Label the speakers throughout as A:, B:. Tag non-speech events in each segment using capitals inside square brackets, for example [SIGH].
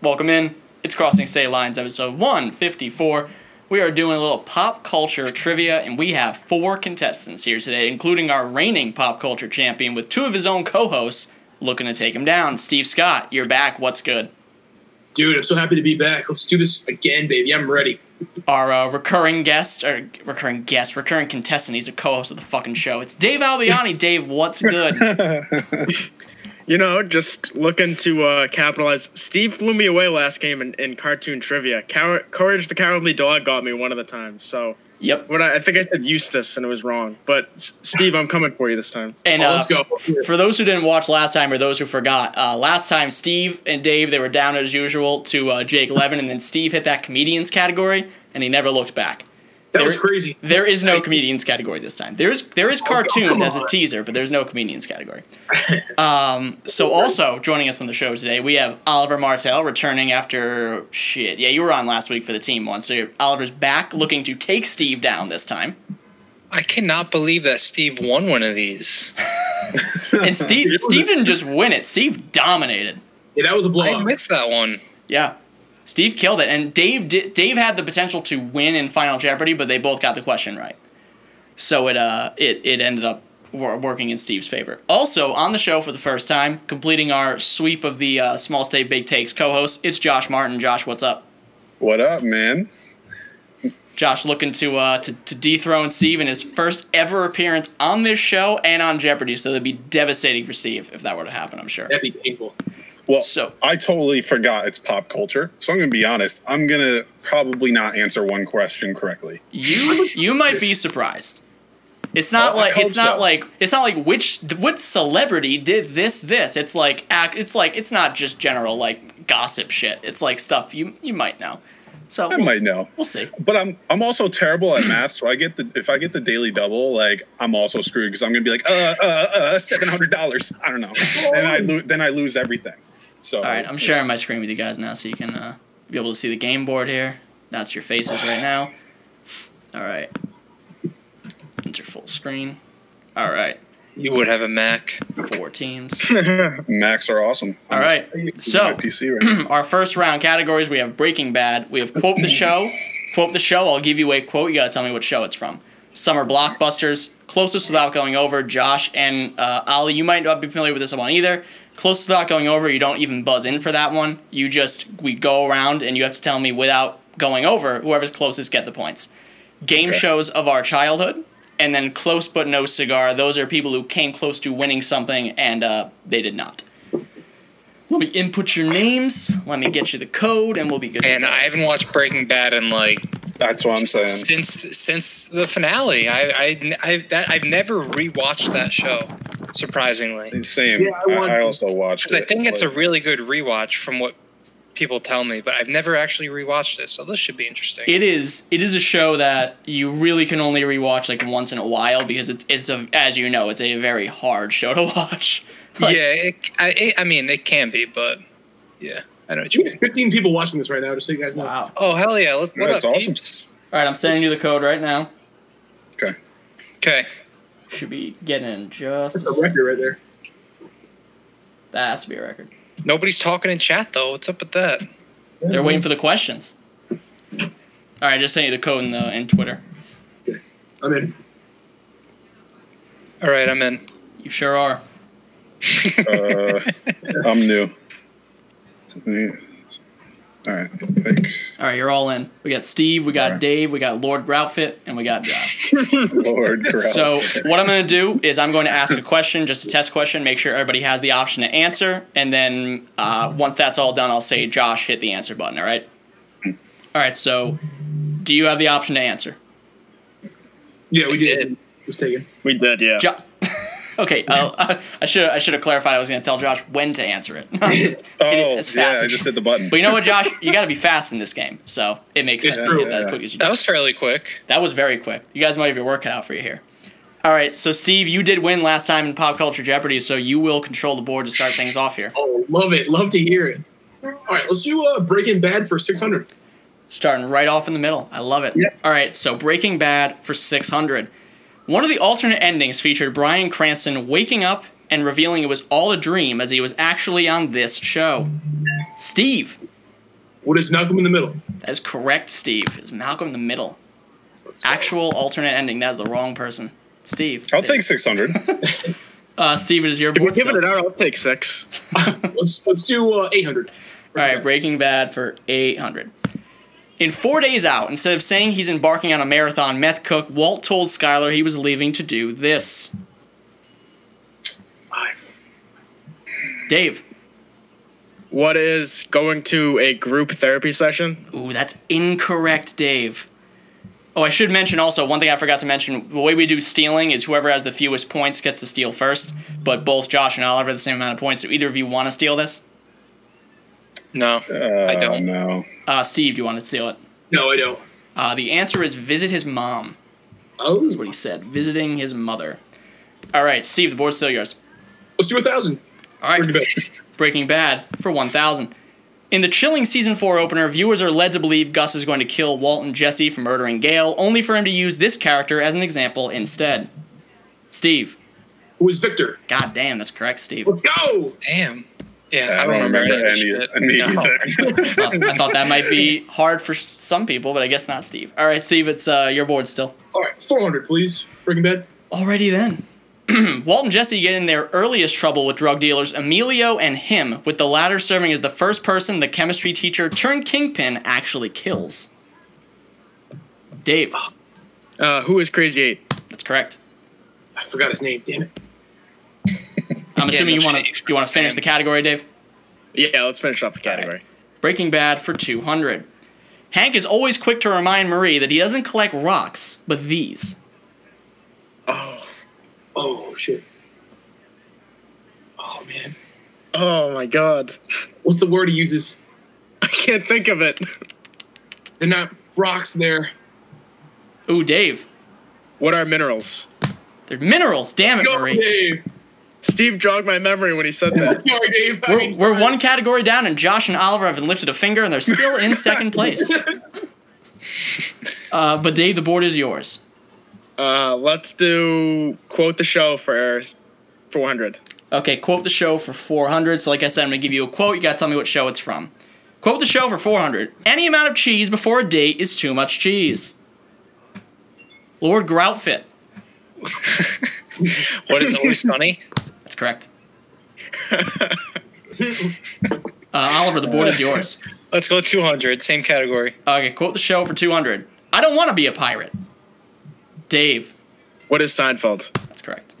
A: Welcome in. It's Crossing State Lines, episode 154. We are doing a little pop culture trivia, and we have four contestants here today, including our reigning pop culture champion with two of his own co hosts looking to take him down. Steve Scott, you're back. What's good?
B: Dude, I'm so happy to be back. Let's do this again, baby. I'm ready.
A: Our uh, recurring guest, or recurring guest, recurring contestant, he's a co host of the fucking show. It's Dave Albiani. Dave, what's good?
C: You know, just looking to uh, capitalize. Steve blew me away last game in, in cartoon trivia. Cow- Courage the Cowardly Dog got me one of the times. So,
A: Yep.
C: what I, I think I said Eustace and it was wrong. But S- Steve, I'm coming for you this time.
A: And
B: Oh,
A: uh,
B: let's go.
A: For those who didn't watch last time, or those who forgot, uh, last time Steve and Dave they were down as usual to uh, Jake Levin, and then Steve hit that comedians category, and he never looked back.
B: That was
A: There-
B: crazy.
A: There is no comedians category this time. There is there is cartoons as a
B: Oh, on.
A: teaser, but there's no comedians category. Um, so also joining us on the show today, we have Oliver Martel returning after shit. Yeah, you were on last week for the team one, so Oliver's back looking to take Steve down this time.
D: I cannot believe that Steve won one of these.
A: And
B: [LAUGHS]
A: Steve Steve didn't just win it. Steve dominated.
B: Yeah, that was a
D: I
B: blowout.
D: missed that one.
A: Yeah. Steve killed it, and Dave did, Dave had the potential to win in Final Jeopardy, but they both got the question right, so it uh it it ended up wor- working in Steve's favor. Also on the show for the first time, completing our sweep of the uh, Small State Big Takes co-host, it's Josh Martin. Josh, what's up?
E: What up, man?
A: Josh looking to uh to, to dethrone Steve in his first ever appearance on this show and on Jeopardy, so that'd be devastating for Steve if that were to happen. I'm sure.
B: That'd be painful.
E: Well,
A: So-
E: I totally forgot it's pop culture. So I'm going to be honest. I'm going to probably not answer one question correctly.
A: You you might be surprised. It's not
E: Oh, I
A: like it's
E: hope
A: not
E: so.
A: like it's not like which what celebrity did this this. It's like act. It's like it's not just general like gossip shit. It's like stuff you you might know. So I
E: might know.
A: We'll see.
E: But I'm I'm also terrible at math, so I get the if I get the daily double, like I'm also screwed because I'm going to be like uh uh uh seven hundred dollars. I don't know, and I lo- then I lose everything. So
A: All right, I'm sharing my screen with you guys now, so you can uh, be able to see the game board here. That's your faces right now. All right. Enter full screen. All right.
D: You would have a Mac.
A: Four teams.
E: Macs are awesome.
A: All right.
E: my
A: So
E: PC right now.
A: our first round categories we have breaking bad we have quote the show quote the show i'll give you a quote you gotta tell me what show it's from summer blockbusters closest without going over josh and uh, ali you might not be familiar with this one either closest without going over you don't even buzz in for that one you just we go around and you have to tell me without going over whoever's closest get the points game
E: Okay.
A: shows of our childhood and then close but no cigar those are people who came close to winning something and uh, they did not let me input your names. Let me get you the code, and we'll be good. to
D: And
A: go.
D: I haven't watched Breaking Bad in like
E: That's what
A: [CLEARS THROAT]
E: I'm saying.
D: since since the finale. I I I've, that, I've never rewatched that show. Surprisingly,
E: Same.
B: Yeah, I
E: I,
B: want-
E: I also watched.
D: because I
E: it,
D: think it's a
E: but-
D: really good rewatch from what people tell me, but I've never actually rewatched it. So this should be interesting.
A: it is it is a show that you really can only rewatch like once in a while because it's it's a as you know it's a very hard show to [LAUGHS] watch. Like,
D: yeah, it, I it, I mean it can be, but yeah, I know what you
B: We have
D: mean.
B: 15 people watching this right now, just so you guys know.
A: Wow.
D: Oh hell yeah! What, what
E: That's
D: up,
E: awesome.
A: All right, I'm sending you the code right now.
E: Okay.
D: Okay,
A: Should be getting in just. A
B: That's a
A: sec.
B: record right there.
A: That has to be a record.
D: nobody's talking in chat though. What's up with that?
A: They're waiting for the questions. All right, I just sent you the code in the in Twitter.
B: I'm in.
D: All right, I'm in.
A: You sure are.
E: Uh, I'm new. All right. Like,
A: All right, you're all in. We got Steve, we got
E: All right.
A: Dave, we got Lord Groutfit, and we got Josh.
E: Lord Grouse.
A: So what I'm gonna do is I'm going to ask a question, just a test question, make sure everybody has the option to answer, and then uh, once that's all done, I'll say Josh hit the answer button. All right. All right. So, do you have the option to answer?
B: Yeah, we did. Just taken.
C: We did, yeah.
A: Jo- [LAUGHS] okay. Uh, [LAUGHS] I should I should have clarified. I was gonna tell Josh when to answer it. [LAUGHS] but
E: oh,
A: it's
E: yeah, I
A: fascinating.
E: just hit the button.
A: you know what, Josh? You got to be fast in this game, so it makes
B: It's
A: sense
B: true.
A: to get that
E: Yeah.
A: quick as you
D: That was fairly quick.
A: That was very quick. You guys might have your work cut out for you here. All right, so Steve, you did win last time in Pop Culture Jeopardy, so you will control the board to start things off here.
B: Oh, love it. Love to hear it. All right, let's do uh, Breaking Bad for 600.
A: Starting right off in the middle. I love it.
B: Yeah.
A: All right, so Breaking Bad for 600. One of the alternate endings featured Brian Cranston waking up and revealing it was all a dream as he was actually on this show. Steve,
B: What is Malcolm in the Middle?
A: That is correct, Steve. It's Malcolm in the Middle.
B: Let's go.
A: Actual alternate ending. That is the wrong person. Steve.
E: I'll take 600.
A: Uh, Steve, it is your
C: If we're
A: board.
C: giving
A: still.
C: it out, I'll take six.
B: Let's let's do uh, 800.
A: All right, Breaking Bad for 800. In four days out, instead of saying he's embarking on a marathon meth cook, Walt told Skyler he was leaving to do this.
B: Five.
A: Dave.
C: What is going to a group therapy session?
A: Ooh, that's incorrect, Dave. Oh, I should mention also one thing I forgot to mention. The way we do stealing is whoever has the fewest points gets to steal first. But both Josh and Oliver have the same amount of points. Do either of you want to steal this?
D: No, [LAUGHS] I
E: Oh,
D: don't.
E: no.
A: Uh, Steve, do you want to steal it?
B: No, I don't.
A: Uh, the answer is visit his mom.
B: Oh,
A: What he said, visiting his mother. All right, Steve, the board's still yours.
B: let's do a thousand.
A: All right,
B: Breaking Bad.
A: Breaking Bad for 1,000. In the chilling season 4 opener, viewers are led to believe Gus is going to kill Walt and Jesse for murdering Gale, only for him to use this character as an example instead. Steve.
B: Who is Victor?
A: God damn, that's correct, Steve.
B: Let's go.
D: Damn.
E: I
D: Yeah,
E: don't, remember
D: of this
E: any,
D: shit.
E: any
A: No.
E: of that.
A: Uh, I thought that might be hard for s- some people, but I guess not Steve. All right, Steve, it's uh, your board still.
B: All right, 400, please. Breaking Bad.
A: Alrighty then. [CLEARS THROAT] Walt and Jesse get in their earliest trouble with drug dealers Emilio and him, with the latter serving as the first person the chemistry teacher turned kingpin actually kills. Dave,
C: Uh, who is Crazy Eight?
A: that's correct.
B: I forgot his name. Damn it.
A: I'm assuming
D: no
A: you want
D: shit,
A: to
D: you
A: you want to
D: forgot
A: finish
D: his
A: the
D: name.
A: category, Dave.
C: Yeah, let's finish off the category.
A: Breaking Bad for 200. Hank is always quick to remind Marie that he doesn't collect rocks, but these.
B: Oh shit. Oh man.
C: Oh my god, [LAUGHS]
B: What's the word he uses?
C: I can't think of it. [LAUGHS]
B: They're not rocks. They're
A: Ooh, Dave,
C: What are minerals?
A: they're minerals. Damn it,
B: go,
A: Marie.
B: Dave.
C: Steve jogged my memory when he said that.
B: Sorry, Dave. I
A: We're,
B: mean,
A: we're
B: sorry.
A: one category down, and Josh and Oliver haven't lifted a finger, and they're still in second place. Uh, but Dave, the board is yours.
C: Uh, let's do quote the show for 400.
A: Okay, quote the show for 400. So, like I said, I'm going to give you a quote. You got to tell me what show it's from. Quote the show for 400. Any amount of cheese before a date is too much cheese. Lord Groutfit.
D: What is always funny?
A: That's correct. uh, Oliver, the board is yours.
D: Let's go 200. Same category.
A: Okay, quote the show for 200. I don't want to be a pirate. Dave.
C: What is Seinfeld?
A: That's correct.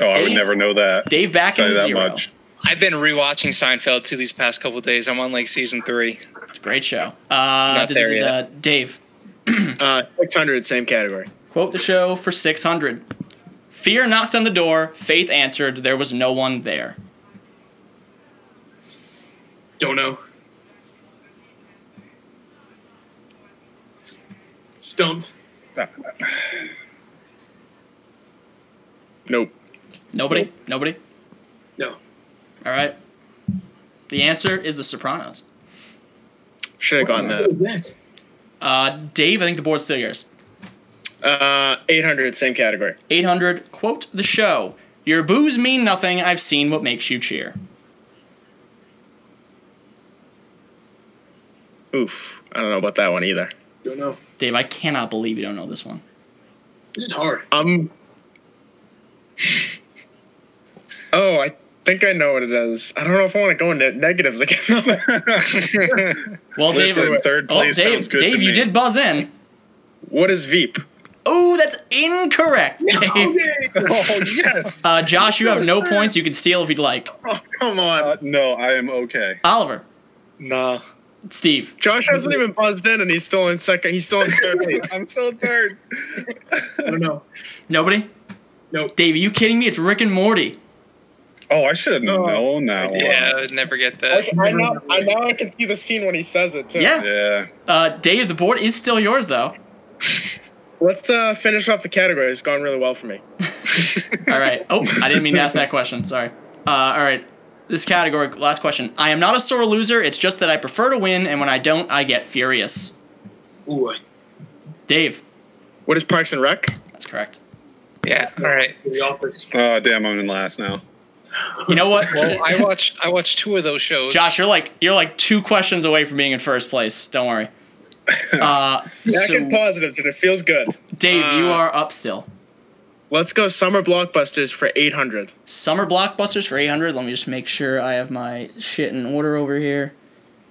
E: Oh, I would never know that.
A: Dave back
E: Tell
A: in
E: you that
A: zero.
E: much.
D: I've been rewatching Seinfeld too these past couple days. I'm on like season three.
A: It's a great show. Uh,
D: Not there
A: da- da- da-
D: yet.
A: da- Dave.
C: Uh, 600, same category.
A: Quote the show for 600. Fear knocked on the door. Faith answered. There was no one there.
B: Don't know. S- Stumped.
C: Nope.
A: Nobody? Nobody?
B: No.
A: All right. The answer is The Sopranos.
C: Should have gone that.
B: that.
A: Uh, Dave, I think the board's still yours.
C: Uh, 800, same category.
A: 800, quote the show. Your boos mean nothing. I've seen what makes you cheer.
C: Oof. I don't know about that one either.
B: Don't know.
A: Dave, I cannot believe you don't know this one.
B: This
A: [LAUGHS]
B: is hard.
C: Um. [LAUGHS] Oh, I think I know what it is. I don't know if I want to go into negatives again. [LAUGHS]
A: Well, Dave,
E: Listen, third
A: oh,
E: place
A: Dave,
E: sounds good
A: Dave,
E: to me.
A: you did buzz in.
C: what is Veep?
A: Oh, that's incorrect. Dave.
E: [LAUGHS] Oh, yes.
A: Uh, Josh, you have no points. You can steal if you'd like.
C: Oh, come on.
E: Uh, no, I am okay.
A: Oliver,
D: Nah.
A: Steve,
C: Josh hasn't even buzzed in, and he's still in second. He's still in third.
E: [LAUGHS]
C: place.
E: I'm still third.
B: I don't know.
A: nobody.
B: Nope.
A: Dave, are you kidding me? It's Rick and Morty.
E: Oh, I should have known that one.
D: Yeah, I would never get that.
C: I, I know. I now I can see the scene when he says it too.
A: Yeah.
E: Yeah.
A: Uh, Dave, the board is still yours though.
C: Let's uh, finish off the category. It's gone really well for me.
A: All right. Oh, I didn't mean to ask that question. Sorry. Uh, all right. This category, last question. I am not a sore loser. It's just that I prefer to win, and when I don't, I get furious. [LAUGHS]
B: Ooh, I-
A: Dave,
C: What is Parks and Rec?
A: that's correct.
D: Yeah. All right.
B: the office.
E: Oh, damn, I'm in last now.
A: You know what?
D: Well, I watched I watched two of those shows.
A: Josh, you're like you're like two questions away from being in first place. Don't worry. Uh,
C: Back in
A: so,
C: positives, and it feels good.
A: Dave, you
C: uh,
A: are up still.
C: Let's go summer blockbusters for 800.
A: Summer blockbusters for 800. Let me just make sure I have my shit in order over here.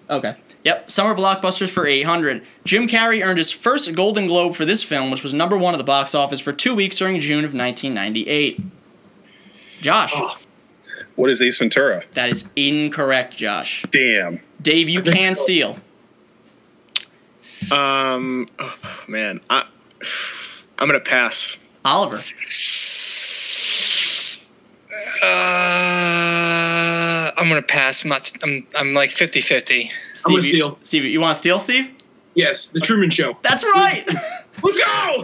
A: Okay. Yep, summer blockbusters for 800. Jim Carrey earned his first Golden Globe for this film, which was number one at the box office for two weeks during June of 1998. Josh,
B: Oh.
E: What is Ace Ventura?
A: that is incorrect, Josh.
E: Damn.
A: Dave, you
B: think-
A: can steal.
C: Um, oh, man, I, I'm gonna pass.
A: Oliver,
D: Uh, I'm gonna pass. I'm, not, I'm, I'm like 50 50.
A: Steve, you-
B: steal. Oh.
A: Steve, you want to steal, Steve?
B: Yes, The Truman Show. [LAUGHS]
A: That's right. [LAUGHS]
B: Let's go.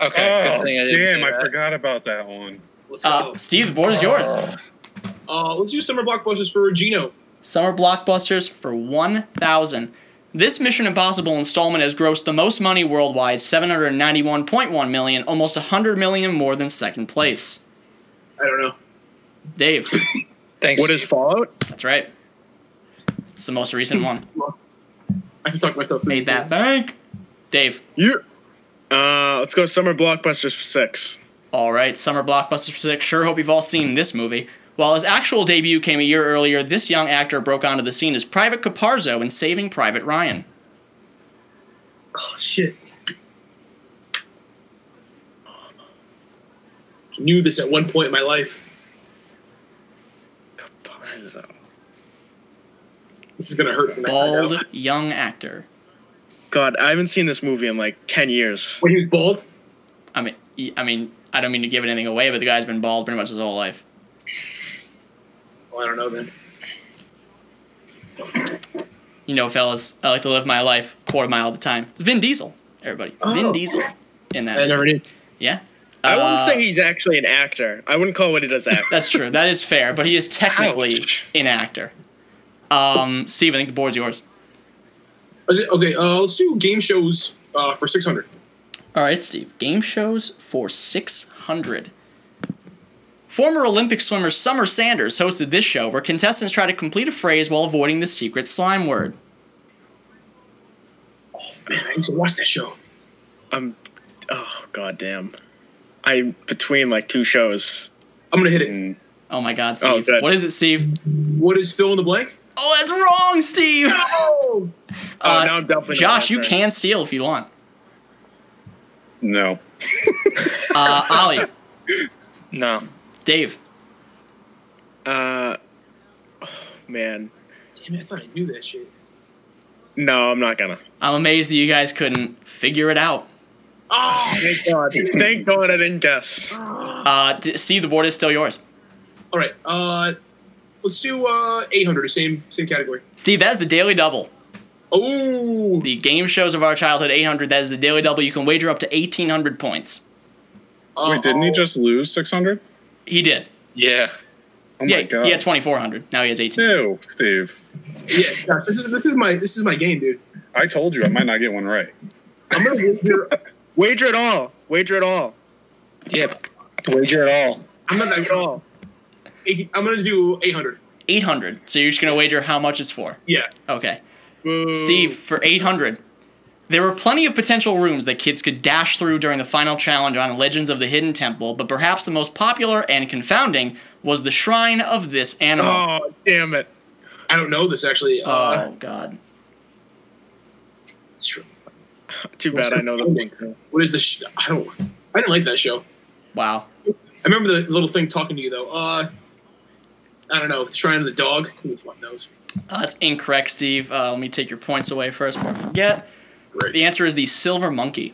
D: Okay.
E: Oh,
D: good thing I didn't
E: damn,
D: say
E: I
D: that.
E: forgot about that one.
B: Let's go.
A: Uh, Steve, the board is yours.
B: Uh, let's do summer blockbusters for Regino.
A: Summer blockbusters for 1,000. This Mission Impossible installment has grossed the most money worldwide, 791.1 million, almost 100 million more than second place.
B: I don't know.
A: [LAUGHS] Dave,
D: Thanks.
C: What is Fallout?
A: that's right. It's the most recent one.
B: I can talk myself.
A: [LAUGHS] Made that bank. Dave.
C: You. Uh, let's go summer blockbusters for six.
A: All right, summer blockbuster six. Sure hope you've all seen this movie. While his actual debut came a year earlier, this young actor broke onto the scene as Private Caparzo in Saving Private Ryan.
B: Oh shit. Knew this at one point in my life.
C: Caparzo.
B: This is gonna hurt. When I find out.
A: Bald young actor.
C: God, I haven't seen this movie in like ten years.
B: When he was bald.
A: I mean, y- I mean, I don't mean to give anything away, but the guy's been bald pretty much his whole life.
B: Well, I don't know then.
A: You know, fellas, I like to live my life quarter mile at a time. It's Vin Diesel, everybody. Vin
B: Oh.
A: Diesel in that.
B: I never knew.
A: yeah.
C: I wouldn't
A: Uh,
C: say he's actually an actor. I wouldn't call what he
A: [LAUGHS]
C: does actor.
A: That's true. That is fair, but he is technically
D: Ouch.
A: an actor. Um, Steve, I think the board's yours.
B: Is it- Okay, uh, let's do game shows uh, for six hundred.
A: All right, Steve. Game shows for 600. Former Olympic swimmer Summer Sanders hosted this show where contestants try to complete a phrase while avoiding the secret slime word.
B: Man, I used to watch that show.
C: I'm. Oh god damn. I'm between like two shows.
B: I'm gonna hit it.
E: Mm.
A: Oh my god,
C: Oh,
A: Steve.
C: good.
A: what is it, Steve?
B: What is fill in the blank?
A: Oh, that's wrong, [LAUGHS] Steve!
B: Oh,
C: Oh,
A: Uh,
C: now I'm definitely. not
A: Josh, you
C: answering.
A: can steal if you want.
E: No.
A: Uh, Ollie,
D: No.
A: [LAUGHS] Dave,
C: Uh, oh, man,
B: damn it! I thought I knew that shit.
C: no, I'm not gonna.
A: I'm amazed that you guys couldn't figure it out.
B: Oh,
C: Thank God. Thank God I didn't guess.
A: Uh, D- Steve, the board is still yours.
B: all right. Uh, let's do uh, eight hundred. Same same category.
A: Steve, that is the daily double.
B: Oh,
A: The game shows of our childhood, 800, that is the daily double. You can wager up to 1,800 points.
B: Uh,
E: Wait, didn't he just lose 600?
A: He did.
D: Yeah.
E: Oh
A: yeah,
E: my god.
A: he had 2,400. Now he has 18.
E: Ew, Steve.
B: Yeah, Josh, this is this is my this is my game, dude.
E: I told you I might not get one right.
B: I'm gonna wager.
C: Wager it all. Wager it all.
D: Yeah. Wager at all.
B: I'm
C: Wager
B: gonna
C: it all.
B: 18 I'm gonna do eight hundred.
A: 800. So you're just going to wager how much it's for.
B: Yeah.
A: Okay.
C: Boo.
A: Steve, for 800. There were plenty of potential rooms that kids could dash through during the final challenge on Legends of the Hidden Temple, but perhaps the most popular and confounding was the Shrine of This Animal.
C: Oh damn it.
B: I don't know this actually.
A: Oh,
B: Uh,
A: God.
B: it's true.
C: Too bad I know the one.
B: What is this? Sh- I don't. I didn't like that show.
A: Wow.
B: I remember the little thing talking to you though. Uh, I don't know. Shrine of the Dog. Who the fuck knows?
A: Uh, that's incorrect, Steve. Uh, let me take your points away first before I forget.
B: Great.
A: The answer is the Silver Monkey.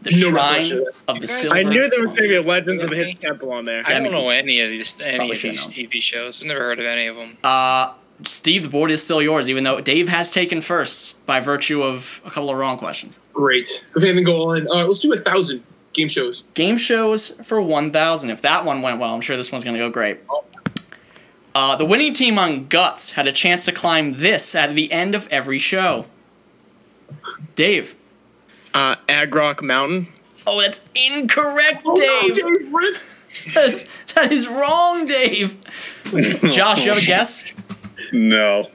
A: The
B: No
A: Shrine
B: recollection of
A: of the
D: guys-
A: Silver
C: I knew there was gonna be a
A: Monkey.
C: Legends of the Hidden Temple on there.
D: I
A: Yeah,
D: don't
A: I mean,
D: know any of these any
A: probably
D: of
A: should
D: these
A: know.
D: TV shows. I've never heard of any of them.
A: Uh, Steve, the board is still yours, even though Dave has taken first by virtue of a couple of wrong questions.
B: Great. Good thing go on. All right, uh, let's do a thousand game shows.
A: Game shows for 1,000. If that one went well, I'm sure this one's going to go great. Uh, the winning team on Guts had a chance to climb this at the end of every show. Dave.
C: Uh, Agrock Mountain.
A: Oh, that's incorrect, Dave.
B: Dave, rip.
A: That's, [LAUGHS] that is wrong, Dave. Josh, you have a guess?
E: No.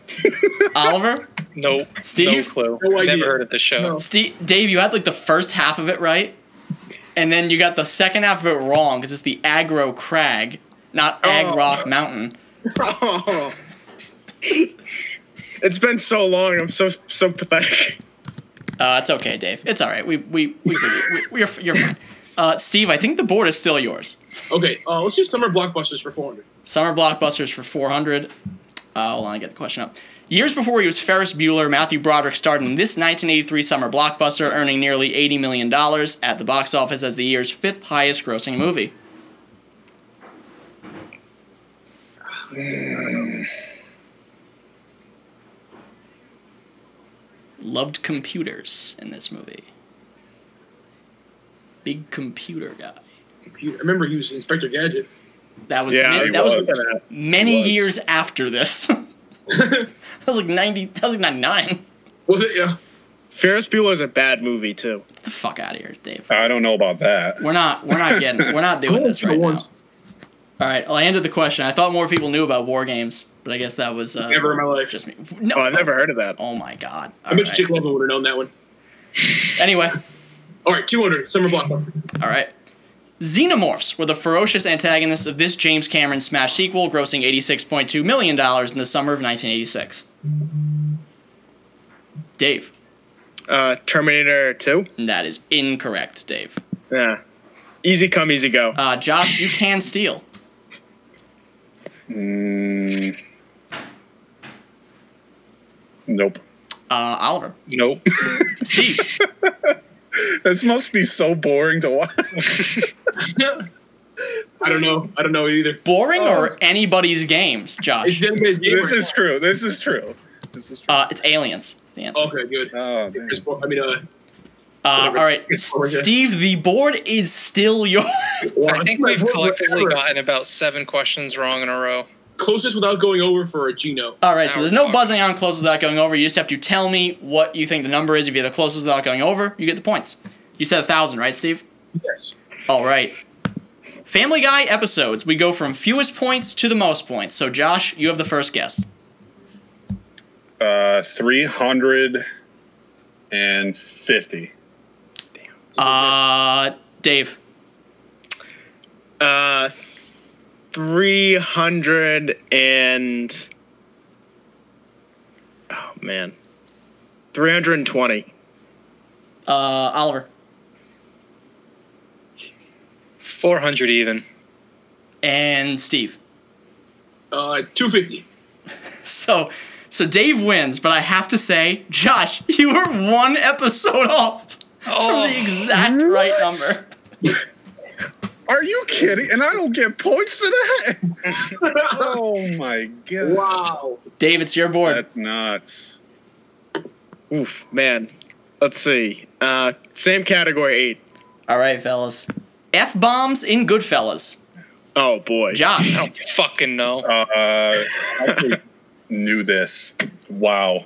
A: Oliver?
D: Nope. No
A: Steve?
D: clue.
B: No idea.
D: Never heard of the show.
B: No.
A: Steve, Dave, you had like the first half of it right, and then you got the second half of it wrong because it's the Agro Crag, not Ag
C: Oh.
A: Rock Mountain.
C: Oh. it's been so long. I'm so so pathetic. [LAUGHS]
A: Uh, it's okay, Dave. It's all right. We we we, we, we you're, you're fine. Uh, Steve, I think the board is still yours.
B: Okay, uh, let's do summer blockbusters for 400.
A: Summer blockbusters for 400. Uh, hold on, I get the question up. Years before he was Ferris Bueller, Matthew Broderick starred in this 1983 summer blockbuster, earning nearly $80 million at the box office as the year's fifth highest grossing movie. Loved computers in this movie. Big computer guy.
B: I remember he was Inspector Gadget. [LAUGHS]
A: That was
C: Yeah,
A: ma-
E: he
A: that was,
E: was.
A: many
E: was.
A: years after this. [LAUGHS] that was like ninety. That was like ninety nine.
B: Was it? Yeah.
C: Ferris Bueller's a bad movie too.
A: Get the fuck out of here, Dave.
E: I don't know about that.
A: We're not. We're not getting. We're not doing this
B: For
A: right now.
B: once,
A: All right. Well, I ended the question. I thought more people knew about war games, but I guess that was uh,
B: Never in my life.
A: Just me. No.
C: Oh, I've never heard of that.
A: Oh my god.
B: I bet you Jake
A: All right.
B: Levin would have known that one.
A: Anyway.
B: All right, 200, summer blockbuster. [LAUGHS]
A: All right. Xenomorphs were the ferocious antagonists of this James Cameron smash sequel, grossing $86.2 million in the summer of 1986. Dave,
C: Uh, Terminator Two.
A: that is incorrect, Dave.
C: Yeah. Easy come, easy go.
A: Uh, Josh, you can steal.
E: Mm. Nope.
A: Uh, Oliver.
E: Nope. [LAUGHS]
A: Steve.
E: this must be so boring to watch.
A: [LAUGHS]
B: I don't know. I don't know it either.
A: Boring
E: Oh.
A: or anybody's games,
B: Uh, It's
A: Josh?
B: anybody's game.
E: this
B: or-
E: is true. This is true. This is true.
A: Uh, it's aliens. The answer.
B: Okay, good.
E: oh, man.
B: Chris Paul- I mean, uh,
A: Uh, all right,
B: It's
A: S-
B: over here.
A: Steve. The board is still yours. [LAUGHS]
D: I think we've
B: Whatever.
D: collectively gotten about seven questions wrong in a row.
B: closest without going over for a Gino.
A: All right, so
D: Now
A: there's no
D: we're-
A: buzzing on closest without going over. You just have to tell me what you think the number is. If you're the closest without going over, you get the points. You said a thousand, right, Steve?
B: Yes.
A: All right. Family Guy episodes. We go from fewest points to the most points. So Josh, you have the first guess.
E: Uh, 350.
A: Uh, Dave.
C: Uh, three hundred and oh man, three hundred and twenty.
A: Uh, Oliver.
D: 400 even.
A: And Steve.
B: Uh, 250.
A: [LAUGHS] So, so Dave wins, but I have to say, Josh, you were one episode off [LAUGHS]
D: Oh,
A: from the exact right number.
E: Are you kidding? And I don't get points for that? [LAUGHS]
A: [LAUGHS]
E: oh, my God.
B: Wow.
A: Dave, it's your board.
E: That's nuts.
C: Oof, man. Let's see. Uh, same category eight.
A: All right, fellas. F bombs in Goodfellas.
C: Oh boy.
A: Josh,
D: [LAUGHS] I don't fucking know.
E: Uh, I actually knew this. Wow.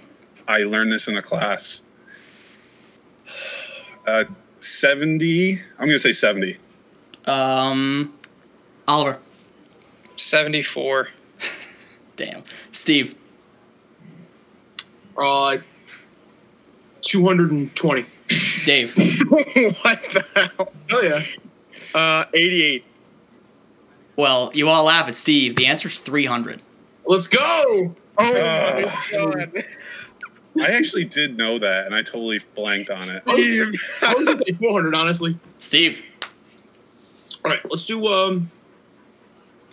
E: I learned this in a class. Uh, 70. I'm going to say 70.
A: um, Oliver,
D: 74.
A: damn, Steve,
B: Uh, 220.
A: Dave,
C: [LAUGHS] what the hell?
B: Oh, yeah.
C: Uh, eighty-eight.
A: well, you all laugh at Steve. The answer's 300.
B: Let's go.
C: Oh
E: Uh,
C: my god.
E: I actually did know that, and I totally blanked on it.
C: Steve.
B: Oh, I would say 400, honestly.
A: Steve,
B: All right, let's do, um,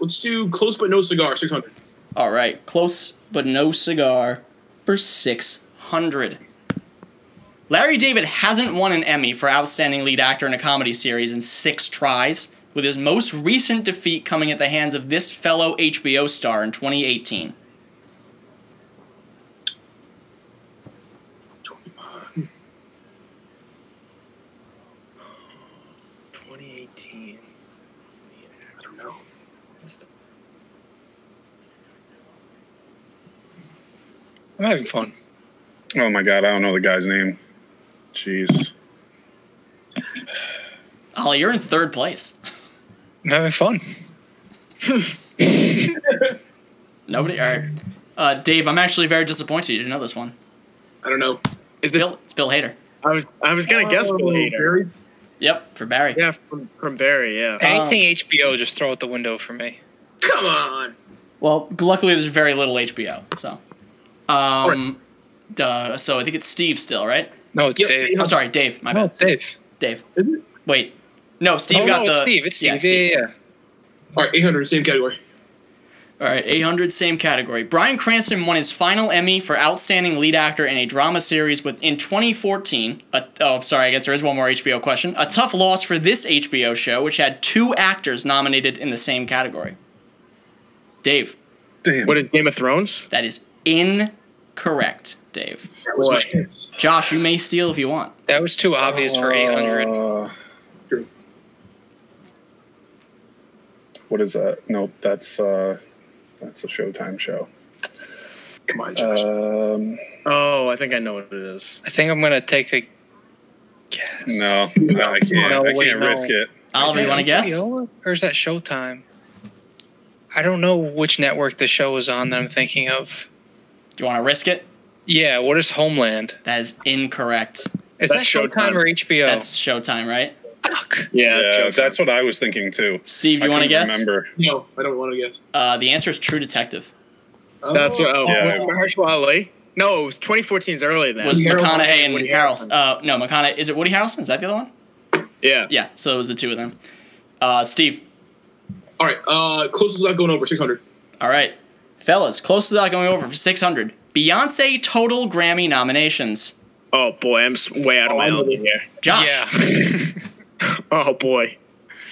B: let's do close but no cigar, 600.
A: all right, close but no cigar for 600. Larry David hasn't won an Emmy for Outstanding Lead Actor in a Comedy Series in six tries, with his most recent defeat coming at the hands of this fellow HBO star in 2018.
C: Twenty eighteen.
B: I don't know.
D: I'm having fun.
E: Oh my god, I don't know the guy's name. Jeez.
A: Ollie, you're in third place.
D: I'm having fun.
A: Nobody. All right. Uh, Dave, I'm actually very disappointed you didn't know this one.
B: I don't know.
A: Is Bill, It's Bill Hader.
C: I was I was gonna guess Bill
B: Oh,
C: Hader.
B: Barry?
A: Yep, for Barry.
C: Yeah, from, from Barry. Yeah.
D: Anything HBO, just throw out the window for me.
B: Come on.
A: Well, luckily there's very little HBO, so. Um, duh, so I think it's Steve still, right?
D: No, it's
B: Yep.
D: Dave.
A: I'm Oh, sorry, Dave. My bad.
D: No, it's Dave.
A: Dave.
B: Is it?
A: Wait. No, Steve
D: oh,
A: got
D: no,
A: the.
D: it's Steve. It's Steve.
A: yeah,
D: Yeah, yeah, yeah.
B: All right, 800, same category.
A: All right, 800, same category. Brian Cranston won his final Emmy for Outstanding Lead Actor in a Drama Series with, in 2014. A, oh, sorry, I guess there is one more HBO question. A tough loss for this HBO show, which had two actors nominated in the same category. Dave,
E: Damn.
C: What is Game of Thrones?
A: that is incorrect, Dave.
B: That was my
C: What?
B: guess.
A: Josh, you may steal if you want.
D: That was too obvious for 800.
E: Uh, what is that? Nope, that's uh, that's a Showtime show.
B: Come on, Josh.
C: Uh,
E: Um,
C: Oh, I think I know what it is.
D: I think I'm going to take a guess.
E: no, I can't.
D: No,
E: I
D: wait,
E: can't
D: no.
E: risk it.
D: Is
A: Oliver,
D: that
A: you want to guess?
D: HBO, Or is that Showtime? I don't know which network the show is on that I'm thinking of.
A: Do you want to risk it?
D: Yeah, what is Homeland?
A: That is incorrect.
D: Is
C: That's
D: that Showtime,
C: Showtime.
D: or HBO?
A: That's Showtime, right?
D: Fuck.
C: Joe-
E: Yeah, that's what I was thinking too.
A: Steve, do you
E: I
A: want to
E: couldn't
A: guess?
E: Remember?
B: no, I don't want to guess.
A: Uh, the answer is True Detective.
C: That's what. Oh,
E: Yeah.
C: Was it Mahershala Ali? No, it was 2014's earlier than.
A: was
B: Woody Harrelson.
A: McConaughey and
C: Woody
A: Harrelson. Uh, no, McConaughey. Is it Woody Harrelson? Is that the other one?
C: yeah.
A: Yeah. So it was the two of them. Uh, Steve.
B: All right, uh, closest without going over 600.
A: All right, fellas. Close without going over for six hundred. Beyonce total Grammy nominations.
C: Oh boy, I'm s- way out of
B: Oh,
C: my
B: I'm
C: element
B: with
C: here.
A: Josh.
D: Yeah. [LAUGHS]
C: Oh boy.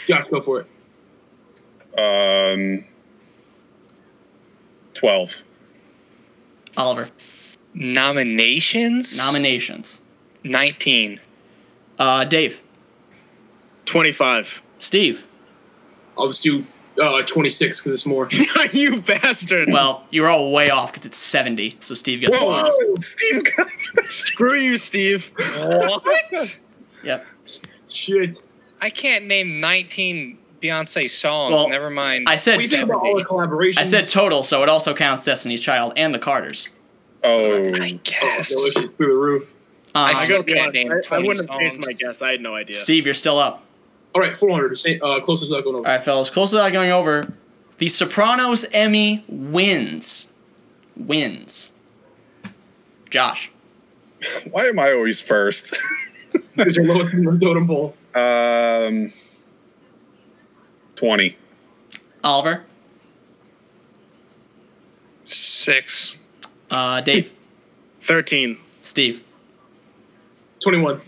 B: Josh, go for it.
E: Um, twelve.
A: Oliver.
D: Nominations?
A: Nominations.
D: 19.
A: Uh, Dave.
C: 25.
A: Steve.
B: I'll just do uh, 26 because it's more.
C: [LAUGHS] you bastard.
A: Well, you're all way off because it's seventy. So Steve gets
B: Oh,
E: Whoa,
A: one.
B: Uh,
E: Steve! got-
C: Screw you, Steve.
D: What?
A: Yep.
B: Shit.
D: I can't name 19 Beyonce songs.
A: Well,
D: Never mind.
A: I said.
B: We did about all the collaborations.
A: I said total, so it also counts Destiny's Child and the Carters.
E: [LAUGHS] Oh,
D: I
B: Oh,
D: guess.
B: delicious through the roof.
A: Um,
D: I
C: I
D: still
C: gotta be
D: can't
C: honest,
D: name
C: Oh, I, I
D: 20
C: wouldn't have changed
D: songs.
C: my guess. I had no idea.
A: Steve, you're still up.
B: All right, 400. Same, uh, closest without going over.
A: All right, fellas, close without going over. The Sopranos Emmy wins. Wins. Josh.
E: why am I always first?
B: Because you're lowest in the totem pole.
E: [LAUGHS] um, twenty.
A: Oliver.
D: Six.
A: Uh,
D: [LAUGHS]
A: Dave.
C: 13.
A: Steve.
B: 21.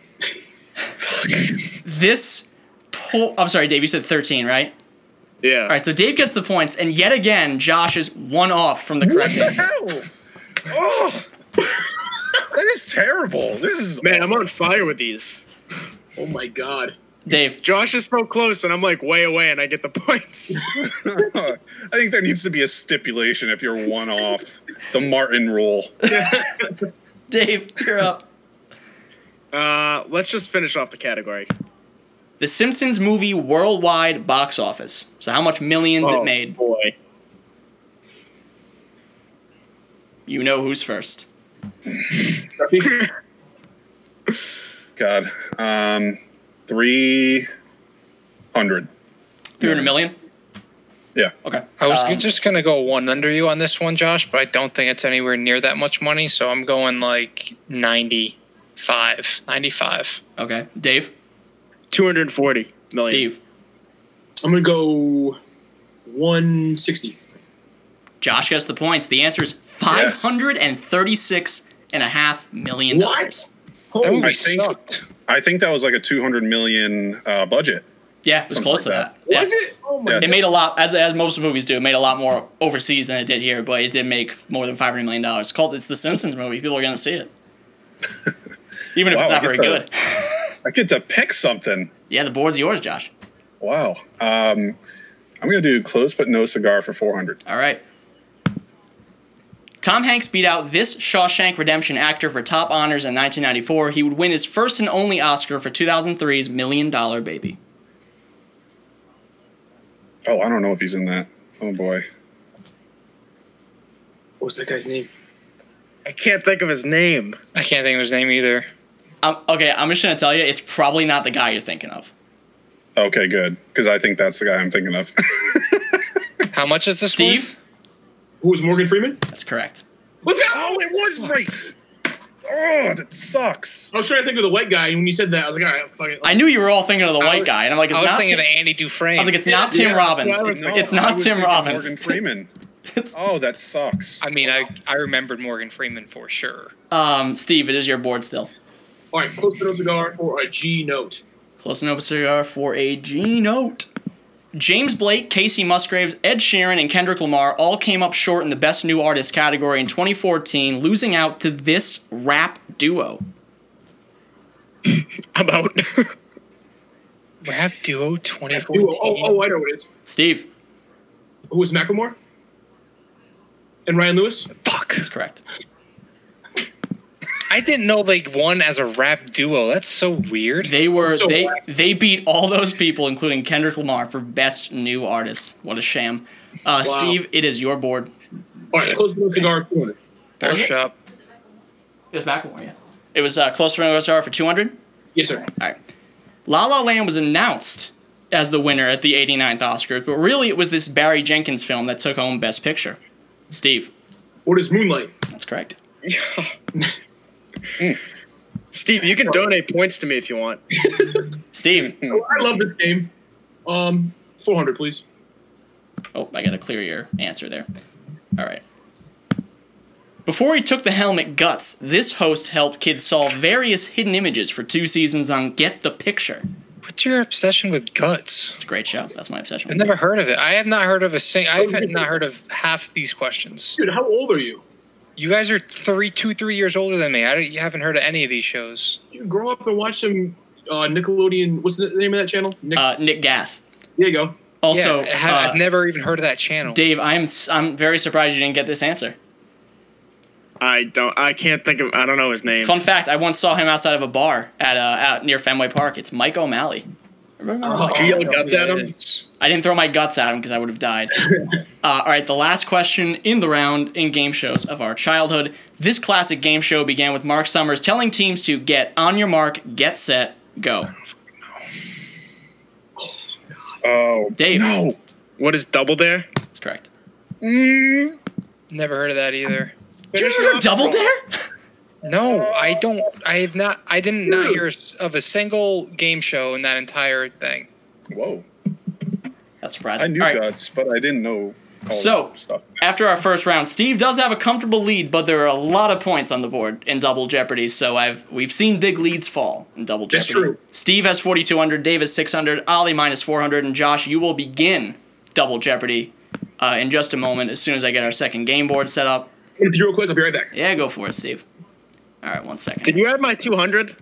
A: This po- I'm sorry, Dave, you said 13, right?
C: Yeah.
A: All right, so Dave gets the points, and yet again, Josh is one off from the correct answer.
E: hell? Oh, that is terrible. This is
C: Man, I'm on fire with these.
B: Oh my god.
A: Dave.
C: Josh is so close, and I'm like way away, and I get the [LAUGHS] points.
E: I think there needs to be a stipulation if you're one off the Martin rule.
A: Dave, you're up.
C: uh, let's just finish off the category.
A: The Simpsons movie worldwide box office. So how much millions it made?
C: boy.
A: You know who's first.
E: God, um, three hundred.
A: 300 million?
E: Yeah.
A: Okay.
D: I was
A: Um,
D: just going to go one under you on this one, Josh, but I don't think it's anywhere near that much money. So I'm going like 95. 95.
A: Okay. Dave.
C: 240 million.
A: Steve.
B: I'm gonna go 160.
A: Josh gets the points. The answer is
E: Yes.
A: five hundred and thirty-six and a half million
B: What?
A: dollars.
D: That
B: Holy
D: movie
E: I think-
D: sucked.
E: I think that was like a two hundred million uh, budget.
A: Yeah, it was
E: Something
A: close
E: like
A: to that.
B: Was
A: Yeah.
B: it? Oh my
E: Yes.
A: It made a lot, as, as most movies do, it made a lot more overseas than it did here, but it did make more than $500 million. It's called It's the Simpsons movie. People are going to see
E: [LAUGHS]
A: it. Even if
E: Wow,
A: it's not
E: I
A: very
E: get
A: good.
E: that. I get to pick something.
A: [LAUGHS] Yeah, the board's yours, Josh.
E: Wow. Um, I'm gonna do close but no cigar for four hundred.
A: All right. Tom Hanks beat out this Shawshank Redemption actor for top honors in 1994. He would win his first and only Oscar for 2003's Million Dollar Baby.
E: Oh, I don't know if he's in that. Oh boy.
B: What was that guy's name?
C: I can't think of his name.
D: I can't think of his name either.
A: Um, okay, I'm just gonna tell you, it's probably not the guy you're thinking of.
E: Okay, good. Because I think that's the guy I'm thinking of. [LAUGHS]
D: How much is this
A: Steve?
D: worth?
B: Who was Morgan Freeman?
A: That's correct.
E: Let's go! Oh, it was right. Oh, that sucks.
B: I was trying to think of the white guy, and when you said that, I was like, all right, fuck it.
A: I knew you were all thinking of the white
D: was-
A: guy, and I'm like, it's
D: I was
A: not.
D: thinking
A: Tim,
D: of Andy Dufresne.
A: I was like, it's not Tim
C: yeah,
A: Robbins.
C: yeah, I was
A: it's,
C: thinking-
A: it's not
E: I was
A: Tim
E: thinking
A: Robbins.
E: Morgan Freeman.
A: [LAUGHS] It's-
E: Oh,
A: [LAUGHS]
E: that sucks.
D: I mean, I, I remembered Morgan Freeman for sure.
A: um, Steve, it is your board still.
B: All right, close to no cigar for a G note.
A: Close enough cigar for a G note. James Blake, Casey Musgraves, Ed Sheeran, and Kendrick Lamar all came up short in the Best New Artist category in 2014, losing out to this rap duo.
C: About [LAUGHS]
D: Rap duo
B: Who-
D: 2014.
B: Oh, oh, I know what it is.
A: Steve,
B: Who was Macklemore? And Ryan Lewis?
D: Fuck.
A: that's correct.
D: I didn't know they won as a rap duo. That's so weird.
A: They were
B: So
A: they
B: whack.
A: they beat all those people, including Kendrick Lamar, for Best New Artist. What a sham. Uh,
B: Wow.
A: Steve, it is your board.
B: All right, close to no cigar for
D: Thirst up.
A: It was Macklemore, yeah. It was uh, close for an OSR for 200.
B: Yes, sir.
A: All right. La La Land was announced as the winner at the 89th Oscars, but really it was this Barry Jenkins film that took home Best Picture. Steve,
B: What is Moonlight?
A: that's correct.
C: Steve. You can donate points to me if you want.
A: Steve.
B: [LAUGHS] Oh, I love this game. Um, 400, please.
A: Oh, I got to clear your answer there. All right. Before he took the helm at Guts, this host helped kids solve various hidden images for two seasons on Get the Picture.
D: What's your obsession with guts?
A: It's a great show. That's my obsession.
D: I've
A: with it.
D: never heard of it. I have not heard of a sing. I've had- not heard of half these questions.
B: Dude, how old are you?
D: You guys are three, two, three years older than me. I don't, you haven't heard of any of these shows.
B: Did you grow up and watch some uh, Nickelodeon? What's the name of that channel? Nick-
A: Uh, Nick Gass.
B: there you go.
A: Also,
D: yeah, I ha-
A: uh,
D: I've never even heard of that channel.
A: Dave, I'm s- I'm very surprised you didn't get this answer.
C: I don't. I can't think of. I don't know his name.
A: Fun fact: I once saw him outside of a bar at uh, out near Fenway Park. It's Mike O'Malley. Remember Mike
C: Do you yell
A: O'Malley?
C: guts at him?
D: It's-
A: I didn't throw my guts at him because I would have
E: [LAUGHS]
A: died. uh, all right, the last question in the round in game shows of our childhood. This classic game show began with Mark Summers telling teams to get on your mark, get set, go.
E: Oh,
A: Dave.
E: No.
C: What is double dare?
A: That's correct.
E: Mm,
D: Never heard of that either.
A: Do you remember Double Dare? [LAUGHS]
D: No, I don't. I have not. I didn't not hear s- of a single game show in that entire thing.
E: whoa.
A: That's surprising.
E: I knew
A: All right,
E: guts, but I didn't know all
A: So-
E: that stuff.
A: After our first round, Steve does have a comfortable lead, but there are a lot of points on the board in Double Jeopardy. So I've we've seen big leads fall in Double Jeopardy.
B: That's true.
A: Steve has 4,200, Dave has 600, Ollie minus 400, and Josh, you will begin Double Jeopardy uh, in just a moment. As soon as I get our second game board set up,
B: I'm gonna pee real quick. I'll be right back.
A: yeah, go for it, Steve. All right, one second.
C: Did you add my two hundred?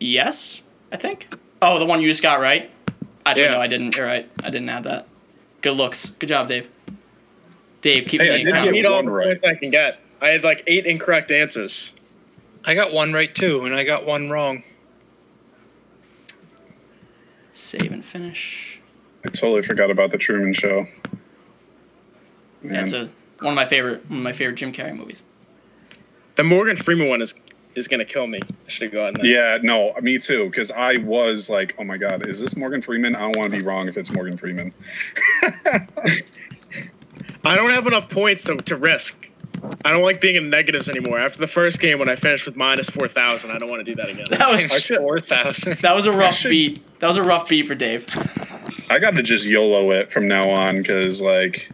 A: Yes, I think. Oh, the one you just got right. Actually,
C: Yeah.
A: no, I didn't. You're right. I didn't add that. Good looks. Good job, Dave. Dave, keep
E: Hey, I
A: me
E: did get
C: I
A: accountable.
C: need all
E: one
C: the
E: right.
C: points I can get. I had like eight incorrect answers.
D: I got one right too, and I got
A: [LAUGHS]
D: one wrong.
A: Save and finish.
E: I totally forgot about the Truman Show. Man.
A: That's a one of my favorite one of my favorite Jim Carrey movies. [LAUGHS]
C: The Morgan Freeman one is is gonna kill me. I should have gotten that.
E: yeah, no, me too. Because I was like, oh my god, is this Morgan Freeman? I don't want to be wrong if it's Morgan Freeman.
C: I don't have enough points to, to risk. I don't like being in negatives anymore. After the first game, when I finished with minus four thousand, I don't want to do that again.
A: That was
E: should-
D: Four thousand.
A: Oh, that was a rough
E: should-
A: beat. That was a rough beat for Dave.
E: I got to just YOLO it from now on because like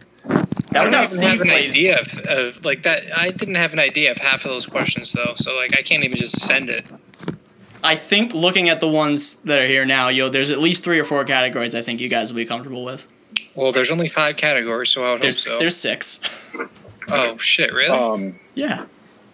A: That was
D: I
A: how
D: don't even
A: Steve
D: have an
A: played.
D: idea of, of like that. I didn't have an idea of half of those questions though, so like I can't even just send it.
A: I think looking at the ones that are here now, yo, there's at least three or four categories I think you guys will be comfortable with.
D: Well, there's only five categories, so I would
A: There's
D: hope so.
A: there's six. [LAUGHS]
D: oh shit, really?
E: um
A: Yeah,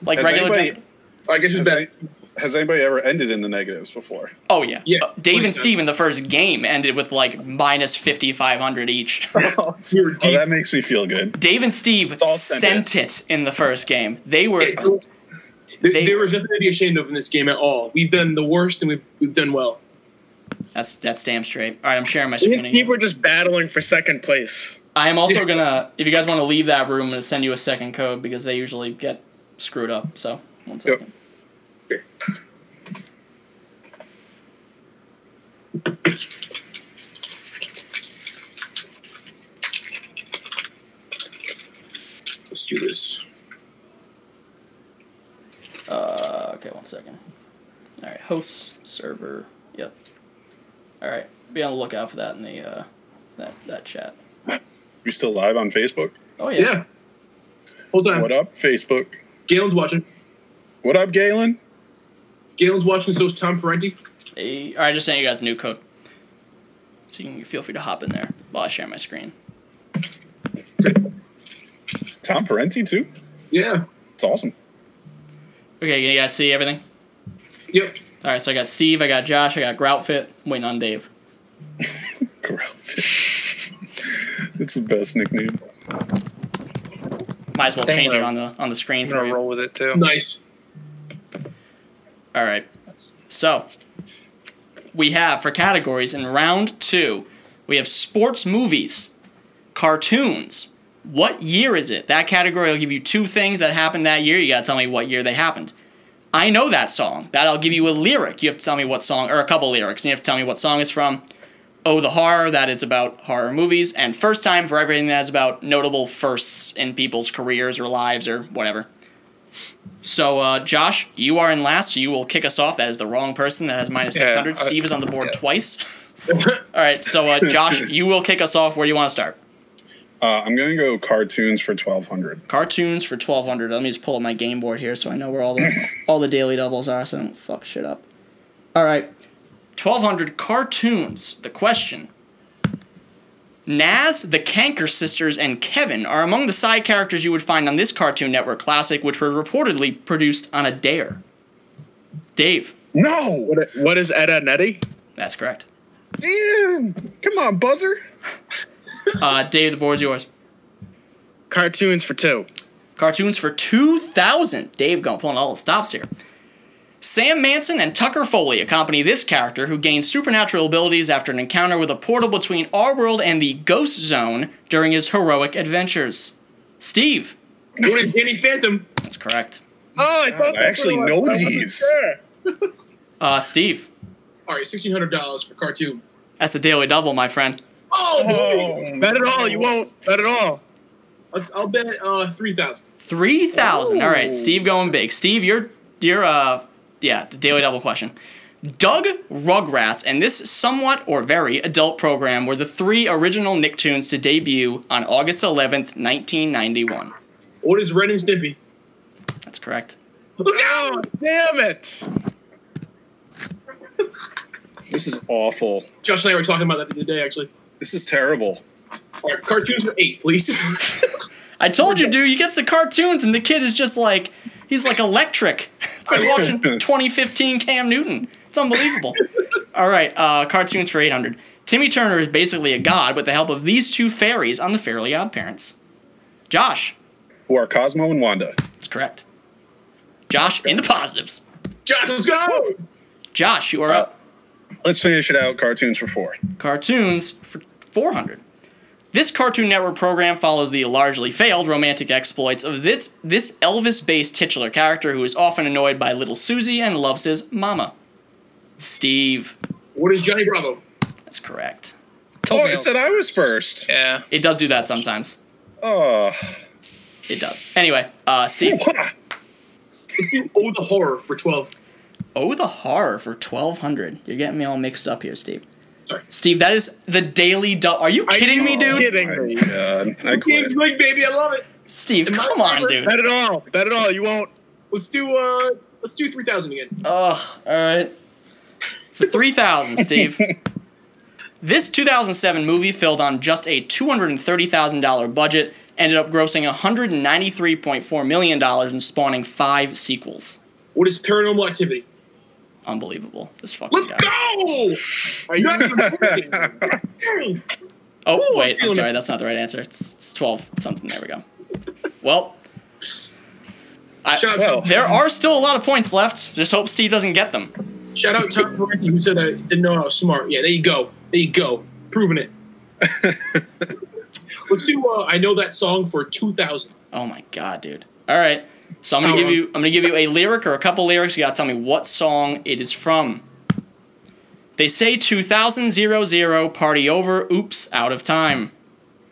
A: like
E: Has
A: regular.
E: anybody-
A: Jeopardy.
B: I guess it's
E: has,
B: back.
E: any- has anybody ever ended in the negatives before?
A: Oh yeah.
B: Yeah,
A: Uh, Dave and
B: like that.
A: Steve in the first game ended with like minus fifty five hundred each. [LAUGHS]
B: We were
E: Oh,
B: deep.
E: that makes me feel good.
A: Dave and Steve
E: all sent
A: sent it in the first game. They were
B: It was- there,
A: They-
B: there was nothing to be ashamed of in this game at all. We've done the worst, and we've we've done well.
A: That's that's damn straight. All right, I'm sharing my
C: Me
A: screen.
C: and
A: again.
C: Steve were just battling for second place.
A: I am also gonna. If you guys want to leave that room, I'm gonna send you a second code because they usually get screwed up. So one second.
B: Let's do this.
A: Uh, okay, one second. All right, host server. Yep. All right, be on the lookout for that in the uh, that that chat.
E: You still live on Facebook?
A: Oh
B: Yeah.
A: yeah.
B: Hold on.
E: What up, Facebook?
B: Galen's watching.
E: What up, Galen?
B: Galen's watching. So's Tom Parenti.
A: Hey, all right, I just sent you guys the new code. So you can feel free to hop in there while I share my screen.
E: Tom Parenti too.
B: Yeah.
E: It's awesome.
A: Okay, you guys see everything?
B: Yep.
A: All right, so I got Steve, I got Josh, I got Groutfit. Waiting on Dave.
E: Groundfish. [LAUGHS] it's the best nickname.
A: Might as well
D: Thank
A: change
D: you.
A: it on the on the screen
D: I'm
A: for
D: gonna
A: you.
D: roll with it too.
B: Nice.
A: All right. So we have for categories in round two, we have sports movies, cartoons. What year is it? That category will give you two things that happened that year. You gotta tell me what year they happened. I know that song. That'll give you a lyric. You have to tell me what song or a couple lyrics, and you have to tell me what song it's from. Oh, the horror. That is about horror movies, and first time for everything that is about notable firsts in people's careers or lives or whatever. So, uh, Josh, you are in last, so you will kick us off. That is the wrong person. That has minus
D: Yeah,
A: 600.
D: I-
A: Steve is on the board
D: [LAUGHS]
A: twice. All right, so uh, Josh, you will kick us off. Where do you want to start?
E: Uh, I'm gonna go cartoons for 1200.
A: Cartoons for 1200. Let me just pull up my game board here so I know where all the all the daily doubles are so I don't fuck shit up. All right. 1200 cartoons. The question. Naz, the Canker Sisters, and Kevin are among the side characters you would find on this Cartoon Network classic, which were reportedly produced on a dare. Dave,
E: No,
C: What, what is Ed Ed and Eddie?
A: that's correct.
E: Ian, come on, buzzer.
A: Uh, Dave, the board's yours.
C: Cartoons for two.
A: Cartoons for 2000. Dave going pulling all the stops here. Sam Manson and Tucker Foley accompany this character who gains supernatural abilities after an encounter with a portal between our world and the Ghost Zone during his heroic adventures. Steve.
B: Going to Danny Phantom.
A: That's correct.
C: Oh, I thought
E: I actually know these.
A: Uh, Steve.
B: All right, sixteen hundred dollars for cartoon.
A: That's the Daily Double, my friend.
B: Oh, boy.
E: Oh,
C: Bet at all. You won't. Bet at all.
B: I'll, I'll bet uh three thousand.
A: 3,000. All right,
E: Ooh.
A: Steve going big. Steve, you're, you're, uh, yeah, the Daily Double question. Doug Rugrats and this somewhat or very adult program were the three original Nicktoons to debut on August 11th, 1991.
B: What is Ren and Stimpy?
A: That's correct.
B: Look
C: Oh,
B: out!
C: damn it.
E: This is awful.
B: Josh and I were talking about that the other day, actually.
E: This is terrible.
B: All right, cartoons for eight, please. [LAUGHS]
A: I told you, dude, you gets the cartoons and the kid is just like, he's like electric. It's like watching 2015 Cam Newton. It's unbelievable. All right, uh, cartoons for 800. Timmy Turner is basically a god with the help of these two fairies on The Fairly Odd Parents. Josh,
E: Who are Cosmo and Wanda?
A: that's correct. Josh in the positives.
B: Josh, let's go.
A: Josh, you are up.
E: Let's finish it out. Cartoons for four.
A: cartoons for 400. This Cartoon Network program follows the largely failed romantic exploits of this, this Elvis based titular character who is often annoyed by little Susie and loves his mama. Steve.
B: What is Johnny Bravo?
A: That's correct.
E: Oh,
D: me
E: it said I was first.
D: Yeah.
A: It does do that sometimes.
E: Oh,
A: It does. Anyway, uh, Steve.
B: Let's do Oh the Horror for twelve.
A: Oh, the horror for 1200. You're getting me all mixed up here, Steve.
B: Sorry.
A: Steve, that is the Daily Double. Are you kidding me, dude?
C: Kidding me.
E: God, I quit.
B: Game's great, baby. I love it.
A: Steve,
B: Am I
A: come on,
B: ever-
A: dude.
C: Bet at all. Bet at all. You won't.
B: Let's do uh, let's do three thousand again.
A: Ugh, alright. For
B: [LAUGHS]
A: 3000 Steve. this 2007 movie, filled on just a $230,000 budget, ended up grossing $193.4 million and spawning five sequels.
B: What is Paranormal Activity?
A: Unbelievable. This fucking
B: Let's
A: guy.
B: go. Are you not even
E: [LAUGHS]
B: kidding?
A: Oh,
B: Ooh,
A: wait,
B: I'm
A: I'm
B: feeling
A: sorry,
B: it.
A: that's not the right answer. It's, it's 12 something. There we go. Well, I,
B: Shout out
E: Well,
B: to
A: there are still a lot of points left. Just hope Steve doesn't get them.
B: Shout out Tom Parenti, who said I didn't know I was smart. Yeah, there you go. There you go. Proving
A: [LAUGHS]
B: it. Let's do uh, I Know That Song for 2000.
A: Oh my god, dude. All right. So I'm gonna give you I'm gonna give you a lyric or a couple lyrics. You gotta tell me what song it is from. They say 2000 party over. Oops, out of time.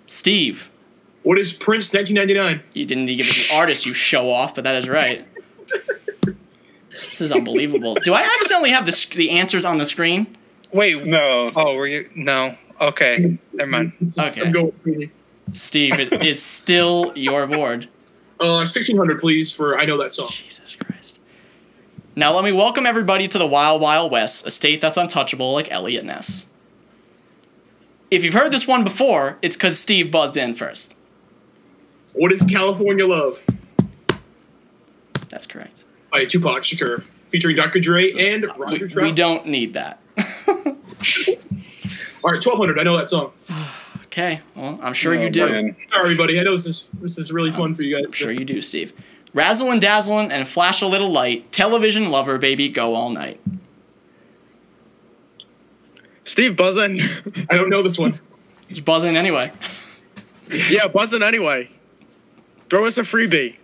A: Steve,
B: What is Prince 1999?
A: you didn't even give it the artist. You show off, but that is right. This is unbelievable. Do I accidentally have the sc- the answers on the screen?
D: Wait.
E: No.
D: Oh, were you? No. Okay. Never mind.
B: This is-
A: Okay.
B: I'm going crazy.
A: Steve, it, it's still your board.
B: Uh, 1600, please, for I Know That Song.
A: Jesus Christ. Now let me welcome everybody to the Wild Wild West, a state that's untouchable like Elliot Ness. If you've heard this one before, it's because Steve buzzed in first.
B: What is California Love?
A: That's correct.
B: By Tupac Shakur, featuring Dr. Dre and
A: We,
B: Roger
A: uh, we
B: Trout.
A: don't need that. [LAUGHS]
B: All right, 1200. I know that song.
A: Okay, well, I'm sure you
E: Oh,
A: do.
E: man.
B: Sorry, everybody. I know this is this is really fun for you guys.
A: I'm sure you do, Steve. Razzle and dazzlin' and flash a little light. Television lover, baby, go all night.
C: Steve buzzing. [LAUGHS]
B: I don't know this one.
A: Just buzz in anyway. [LAUGHS]
C: yeah, buzzing anyway. Throw us a freebie.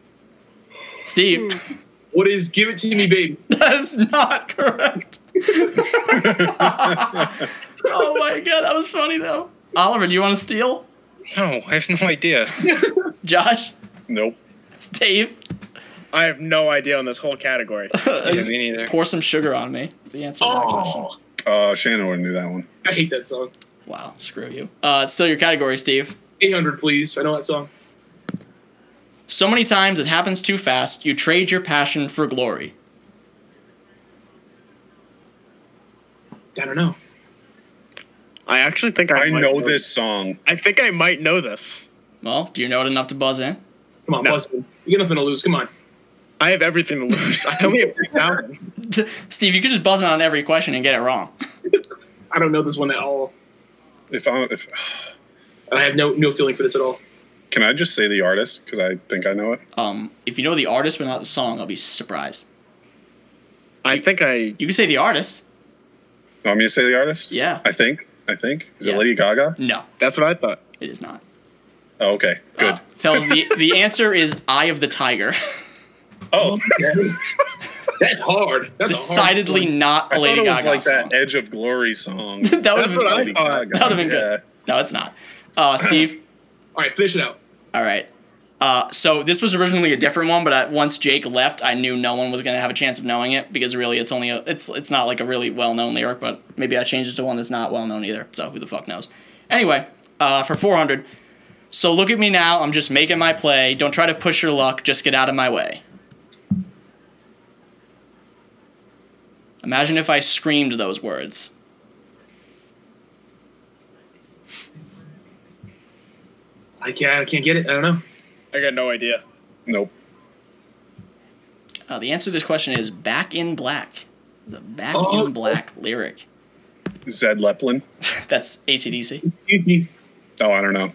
A: Steve,
B: What is Give It to Me, Baby?
A: that's not correct. oh my god, that was funny though. Oliver, do you want to steal?
D: No, I have
A: [LAUGHS]
D: no idea.
A: Josh,
E: Nope.
A: Dave,
C: I have no idea on this whole [LAUGHS] category.
D: Yeah, me neither.
A: pour some sugar on me. is The answer. to that question.
B: Oh,
E: Uh, Shannon would knew that one.
B: I hate that song.
A: Wow, screw you. Uh, it's still your category, Steve.
B: 800, please. I know that song.
A: So many times it happens too fast. You trade your passion for glory.
B: I don't know.
C: I actually think I,
E: I
C: might
E: know this song.
C: I think I might know this.
A: Well, do you know it enough to buzz in? [LAUGHS]
B: Come on,
C: No.
B: buzz in. You got nothing to lose. Come on.
C: I have everything to lose. I only have 3,000.
A: Steve, you could just buzz in on every question and get it wrong.
B: I don't know this one at all.
E: If I if,
B: I have no no feeling for this at all.
E: can, I just say the artist because I think I know it.
A: Um, if you know the artist but not the song, I'll be surprised.
C: I think I.
A: You can say the artist.
E: You want me to say the artist?
A: Yeah.
E: I think. I think. Is
A: Yeah.
E: it Lady Gaga?
A: No,
C: That's what I thought.
A: it is not.
E: Oh, okay. Good.
A: [LAUGHS] Uh, fellas, the, the answer is Eye of the Tiger.
E: oh, [LAUGHS]
B: That's hard. That's a hard
A: Decidedly
B: one.
A: not
E: I
A: a Lady
E: thought it was
A: Gaga
E: like
A: song. [LAUGHS]
E: that Edge of Glory song.
A: That would've
C: That's
A: been
C: what I
A: funny.
C: thought.
E: Gaga,
A: That would've been
E: yeah.
A: good. No, it's not. Uh, Steve,
B: All right, finish it out.
A: All right. Uh, so this was originally a different one, but I, once Jake left, I knew no one was gonna have a chance of knowing it because really, it's only a, it's it's not like a really well known lyric, but maybe I changed it to one that's not well known either. So who the fuck knows? Anyway, uh, for four hundred. So look at me now. I'm just making my play. Don't try to push your luck. Just get out of my way. Imagine if I screamed those words.
B: I can't. I can't get it. I don't know.
C: I got no idea.
E: Nope.
A: Uh, the answer to this question is "Back in Black." It's a "Back
B: Oh.
A: in Black" lyric.
E: Zed Leplin.
A: That's ACDC.
B: Easy.
E: Oh, I don't know.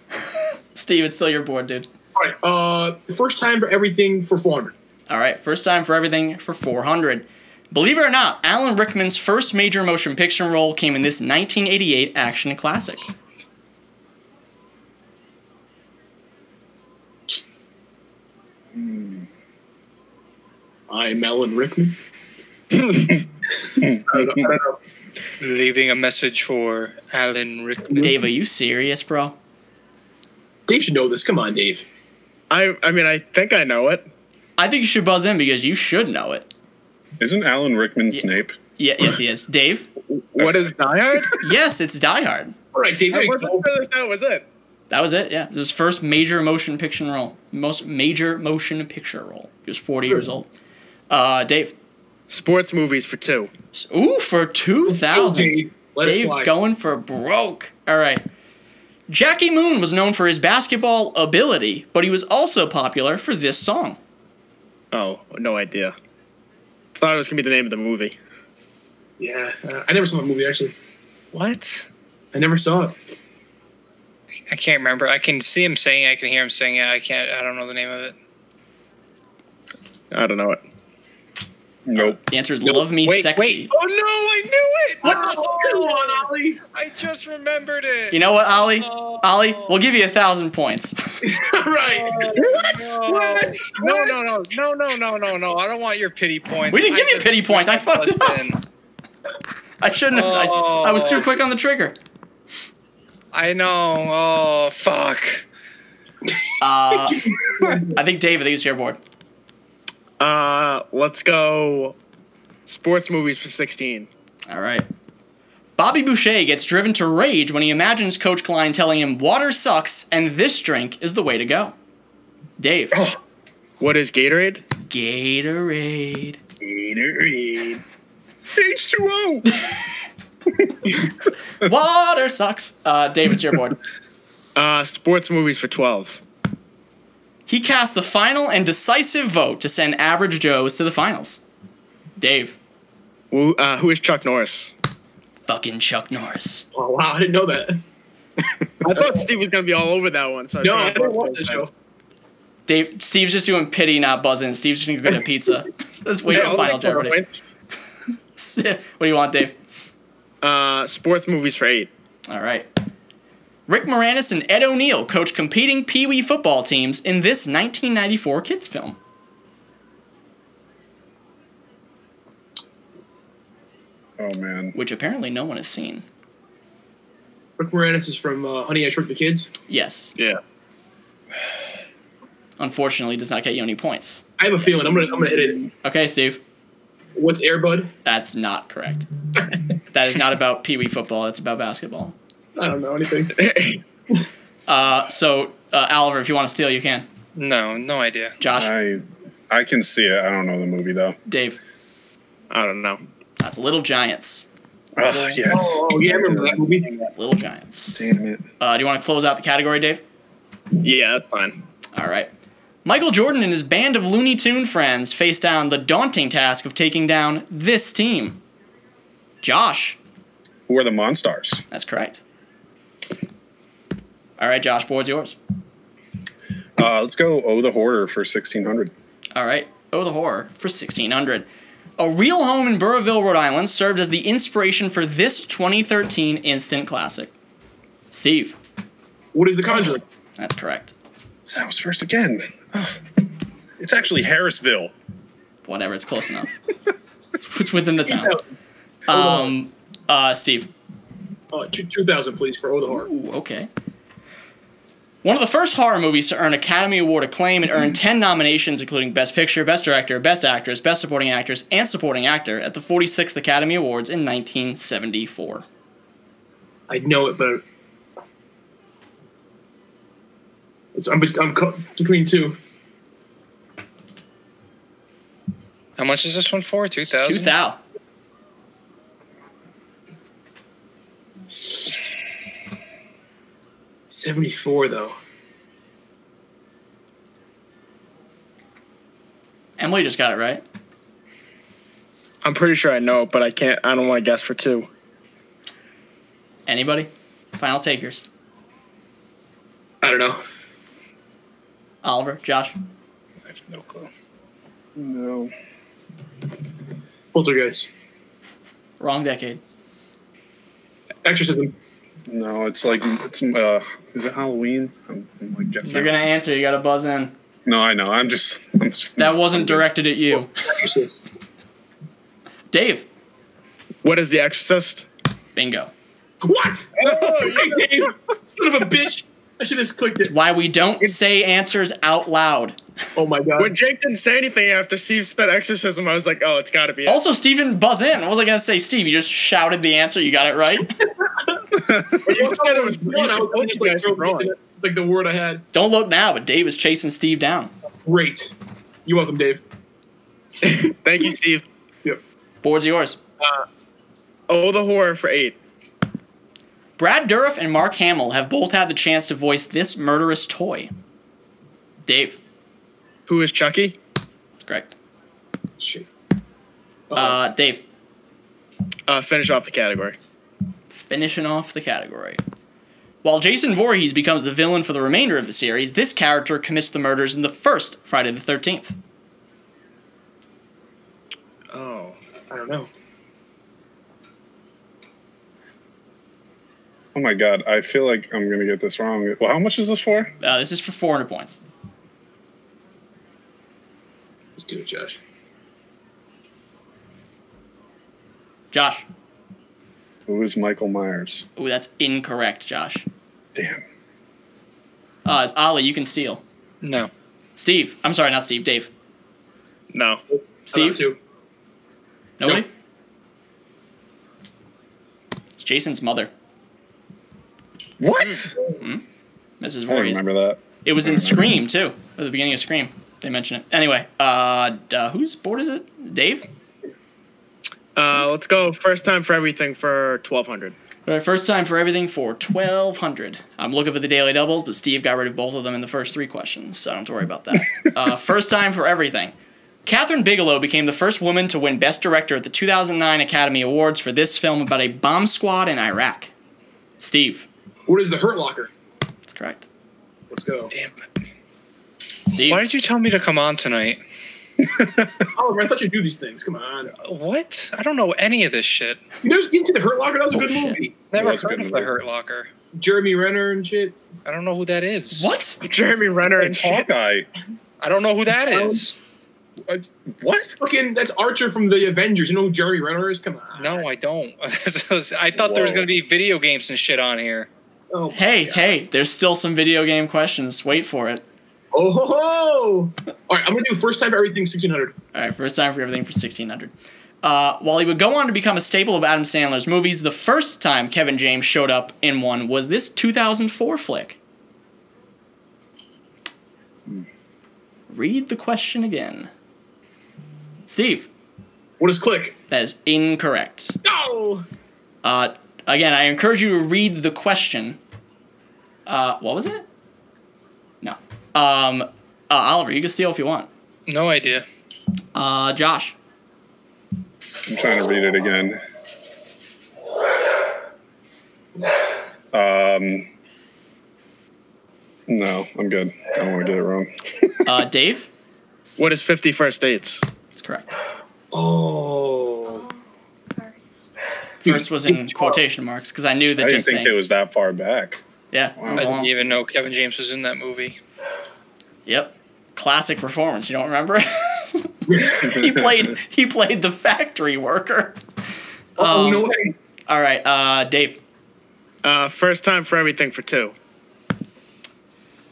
A: Steve, it's still your board, dude.
B: All right. Uh, first time for everything for 400.
A: All right, first time for everything for 400. Believe it or not, Alan Rickman's first major motion picture role came in this 1988 action classic.
B: I'm Alan [LAUGHS] Rickman. I don't know. I don't know.
D: Leaving a message for Alan Rickman.
A: Dave, are you serious, bro?
B: Dave should know this. Come on, Dave.
C: I, I mean, I think I know it.
A: I think you should buzz in because you should know it.
E: Isn't Alan Rickman Snape?
A: Yeah, yes, he is. Dave?
C: What is Die [LAUGHS] Hard?
A: Yes, it's Die Hard.
B: All right, Dave.
C: I
B: there you
C: wasn't
B: go.
C: sure that that was it.
A: That was it, yeah. It was his first major motion picture role. Most major motion picture role. He was 40 years old. Uh, Dave.
C: Sports movies for two.
A: S- Ooh, for 2,000.
B: Dave, let it
A: Dave
B: fly.
A: going for broke. All right. Jackie Moon was known for his basketball ability, but he was also popular for this song.
C: Oh, no idea. Thought it was gonna be the name of the movie.
B: Yeah, uh, I never saw that movie actually.
D: What?
B: I never saw it.
D: I can't remember. I can see him saying. it, I can hear him saying it. I can't. I don't know the name of it.
C: I don't know it.
E: Nope.
A: The answer is love me
D: Wait,
A: sexy.
D: wait.
E: Oh no! I knew it.
B: Come on, Ollie.
D: I just remembered it.
A: You know what, Ollie? Ollie, we'll give you a thousand [LAUGHS] points.
B: [LAUGHS] All right.
D: No.
E: What?
D: No, no, no, no, no, no, no, no. I don't want your pity points.
A: We didn't give you
D: did-
A: pity points. I fucked it up.
D: Listen,
A: [LAUGHS] I shouldn't have. I, I was too quick on the trigger.
D: I know. Oh, fuck.
A: Uh, I think David, use your board.
C: Uh, let's go. Sports movies for sixteen.
A: All right. Bobby Boucher gets driven to rage when he imagines Coach Klein telling him water sucks and this drink is the way to go. [LAUGHS] Dave,
C: What is Gatorade?
A: Gatorade.
E: Gatorade. H2O.
A: Water sucks. Uh, Dave, it's your board.
C: Uh, sports movies for twelve.
A: He cast the final and decisive vote to send Average Joe's to the finals. Dave,
C: Who, uh, who is Chuck Norris?
A: fucking Chuck Norris.
B: Oh wow, I didn't know that.
C: I thought Steve was gonna be all over that one. So
B: No,
C: tried
B: I
C: to
B: didn't
C: block
B: watch that
C: his
B: show.
C: eyes.
A: Dave, Steve's just doing pity, not buzzing. Steve's just gonna go get a pizza. [LAUGHS] Let's wait
C: Yeah,
A: till
C: I'll
A: final Jeopardy.
C: make one point.
A: [LAUGHS] what do you want, Dave?
C: Uh, sports movies for eight.
A: All right. Rick Moranis and Ed O'Neill coach competing Pee Wee football teams in this 1994 kids film.
E: Oh man.
A: which apparently no one has seen.
B: Rick Moranis is from uh, Honey I Shrunk the Kids.
A: Yes,
C: Yeah.
A: unfortunately, does not get you any points.
B: I have a feeling I'm gonna I'm gonna hit it.
A: Okay, Steve,
B: What's Airbud?
A: that's not correct. that is not about Pee Wee football. That's about basketball.
B: I don't know anything. [LAUGHS]
A: Uh, so, uh, Oliver, if you want to steal, you can.
D: No, no idea.
A: Josh,
E: I I can see it. I don't know the movie though.
A: Dave,
C: I don't know.
A: that's Little Giants.
E: [LAUGHS] Oh yes.
B: Oh, oh, yeah, I remember that movie.
A: Little Giants.
E: Damn it.
A: Uh, do you want to close out the category, Dave?
C: Yeah, that's fine.
A: All right. Michael Jordan and his band of Looney Tune friends face down the daunting task of taking down this team. Josh,
E: Who are the Monstars?
A: that's correct. All right, Josh, board's yours.
E: Uh, let's go. Oh, the Hoarder for sixteen hundred.
A: All right. Oh, the horror for 1600. A real home in Burrillville, Rhode Island served as the inspiration for this 2013 instant classic. Steve,
B: What is the Conjuring?
A: that's correct.
E: So I was first again. Ugh. It's actually Harrisville.
A: Whatever, it's close enough. it's, it's within the town.
B: Hold on.
A: Um, uh, Steve.
B: Uh, two, 2000, please, for Oh the Horror.
A: Ooh, okay. One of the first horror movies to earn Academy Award acclaim and earn 10 nominations, including Best Picture, Best Director, Best Actress, Best Supporting Actress, and Supporting Actor at the 46th Academy Awards in 1974.
B: I know it, but It's- I'm, I'm co- between two.
D: How much is this one for? Two
A: Two
D: thousand.
A: thou.
B: Seventy four though.
A: Emily just got it right.
C: I'm pretty sure I know, it, but I can't. I don't want to guess for two.
A: Anybody? Final takers.
B: I don't know.
A: Oliver, Josh.
D: I have no clue.
E: No.
B: Poltergeist.
A: Wrong decade.
B: Exorcism.
E: No, it's like it's uh, is it Halloween? I'm, I'm like guessing.
A: You're gonna answer. You gotta buzz in.
E: no, I know. I'm just. I'm just
A: That wasn't directed at you,
B: Exorcism.
A: Dave.
C: What is The Exorcist?
A: Bingo.
C: [LAUGHS]
B: What?
C: Oh,
B: Hey, Dave, son of a bitch! I should have just clicked it.
A: Why we don't say answers out loud.
B: Oh my god.
C: When Jake didn't say anything after Steve said exorcism, I was like, oh, it's got to be. It.
A: Also, Steven, buzz in. What was I gonna say, Steve? You just shouted the answer. You got it right.
C: But you said it was
B: Come on, I was gonna just, like, throw it into, like the word I had.
A: don't look now, but Dave is chasing Steve down.
B: Great. You're welcome, Dave.
C: Thank you, Steve.
A: Board's yours.
C: Oh, the horror for eight.
A: Brad Dourif and Mark Hamill have both had the chance to voice this murderous toy. Dave,
C: Who is Chucky?
A: correct.
B: Shit.
A: Uh, Dave.
C: Uh, finish off the category.
A: finishing off the category. While Jason Voorhees becomes the villain for the remainder of the series, this character commits the murders in the first Friday the 13th.
C: Oh,
B: I don't know.
E: Oh my god, I feel like I'm gonna get this wrong. Well, how much is this for?
A: Uh, this is for 400 points.
B: Let's do it, Josh.
A: Josh.
E: Who is Michael Myers?
A: Ooh, that's incorrect, Josh.
E: Damn.
A: Uh, it's Ollie, you can steal.
D: No.
A: Steve. I'm sorry, not Steve. Dave.
C: No.
A: Steve?
B: too.
A: Nobody?
B: Nope.
A: It's Jason's mother,
E: What?
A: Hmm. Mrs.
E: I don't
A: Voorhees.
E: remember that.
A: It was in Scream, too, at the beginning of Scream. They mention it. Anyway, uh, d- uh, whose board is it? Dave?
C: Uh, let's go first time for everything for 1200.
A: All right, first time for everything for 1200. I'm looking for the daily doubles, but Steve got rid of both of them in the first three questions, so I don't have to worry about that. uh, first time for everything. Catherine Bigelow became the first woman to win Best Director at the 2009 Academy Awards for this film about a bomb squad in Iraq. Steve,
B: What is the Hurt Locker?
A: that's correct.
B: Let's go.
D: Damn it.
A: Steve,
D: Why did you tell me to come on tonight?
B: Oliver, Oh, I thought you knew these things. Come on.
D: What? I don't know any of this shit.
B: You know, into the Hurt Locker. That was a
C: Oh,
B: good
A: Bullshit.
B: movie.
D: Never
E: Yeah, it's a
D: heard
E: good
D: of the
E: movie.
D: Hurt Locker.
B: Jeremy Renner and shit.
D: I don't know who that is.
A: what?
C: Jeremy Renner and
E: It's Hawkeye.
D: I don't know who that is.
E: I- What?
B: Fucking, that's Archer from the Avengers. You know who Jeremy Renner is? Come on.
D: No, I don't. [LAUGHS] I thought there was
E: Whoa.
D: going to be video games and shit on here.
B: Oh, my
A: Hey,
B: God.
A: hey, there's still some video game questions. Wait for it.
B: Oh, ho, ho. All right, I'm going to do first time for everything 1600.
A: All right, first time for everything for 1600. Uh, while he would go on to become a staple of Adam Sandler's movies, the first time Kevin James showed up in one was this 2004 flick. Hmm. Read the question again. Steve,
B: What is click?
A: that is incorrect.
B: No!
A: Uh, again, I encourage you to read the question. Uh, what was it? No. Um, uh, Oliver, you can steal if you want.
D: No idea.
A: Uh, Josh.
E: I'm trying to read it again. Um. No, I'm good. I don't want to get it wrong.
A: Uh, [LAUGHS] Dave.
C: [LAUGHS] What is 51st dates?
A: That's correct.
B: Oh.
A: First was in
B: Dude,
A: quotation marks because I knew
E: I
A: that
E: didn't
A: this
E: think
A: thing.
E: it was that far back. [LAUGHS]
A: Yeah.
E: Wow.
A: it was
D: I didn't
A: long.
D: even know Kevin James was in that movie.
A: Yep. Classic performance. You don't remember? [LAUGHS]
E: [LAUGHS]
A: he played. He played the factory worker.
B: Oh,
A: Um,
B: no way.
A: All right, uh, Dave.
C: Uh, first time for everything for two.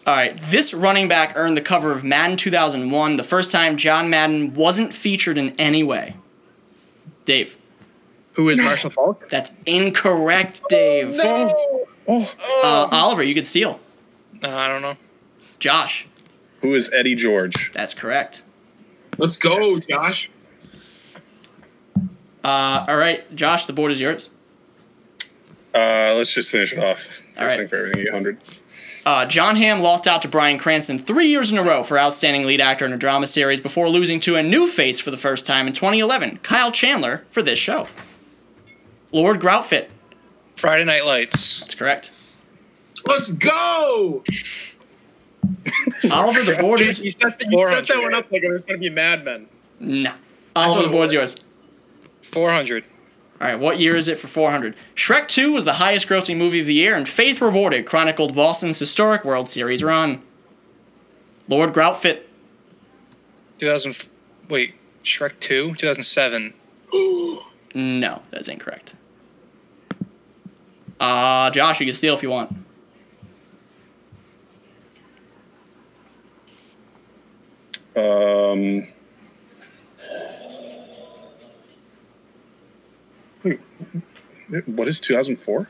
A: All right, this running back earned the cover of Madden 2001, the first time John Madden wasn't featured in any way. Dave,
C: Who [LAUGHS] is Marshall Falk?
A: that's incorrect, Dave.
E: Oh, oh.
A: uh, Oliver, you could steal.
D: Uh, I don't know.
A: Josh,
E: Who is Eddie George?
A: that's correct.
B: Let's go,
E: Yes.
B: Josh.
A: Uh, all right, Josh, the board is yours.
E: Uh, let's just finish it off. First
A: All right.
E: thing for everything, 800.
A: Uh, John Hamm lost out to Brian Cranston three years in a row for Outstanding Lead Actor in a Drama Series before losing to a new face for the first time in 2011, Kyle Chandler, for this show. Lord Groutfit,
D: Friday Night Lights.
A: that's
B: [LAUGHS]
A: correct.
B: Let's go!
A: Oliver, the board
C: [LAUGHS] You
A: is
C: set, you set that one up like it was going to be Mad Men.
A: nah.
B: thought
A: Oliver,
B: it
A: the board's yours.
D: 400.
A: All right, what year is it for 400? Shrek 2 was the highest grossing movie of the year, and Faith Rewarded chronicled Boston's historic World Series run. Lord Groutfit,
D: 2000. f- Wait, Shrek 2? 2007.
A: no, that's incorrect. Uh, Josh, you can steal if you want.
E: Um, wait, what is 2004?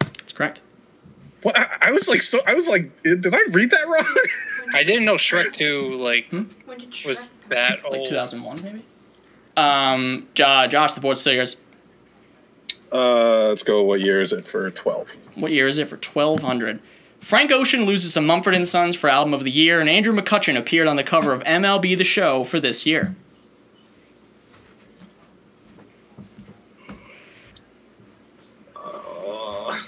A: That's correct.
E: What I, I was like, so I was like, eh, did I read that wrong? [LAUGHS]
D: I didn't know Shrek 2 like
F: When did
D: was
F: Shrek come
D: that
A: Hmm? like
D: old.
A: 2001 maybe um Jo- josh the board still yours
E: uh, let's go. What year is it for 12?
A: what year is it for 1200 frank ocean loses to mumford and sons for album of the year and andrew mccutcheon appeared on the cover of mlb the show for this year
B: Oh,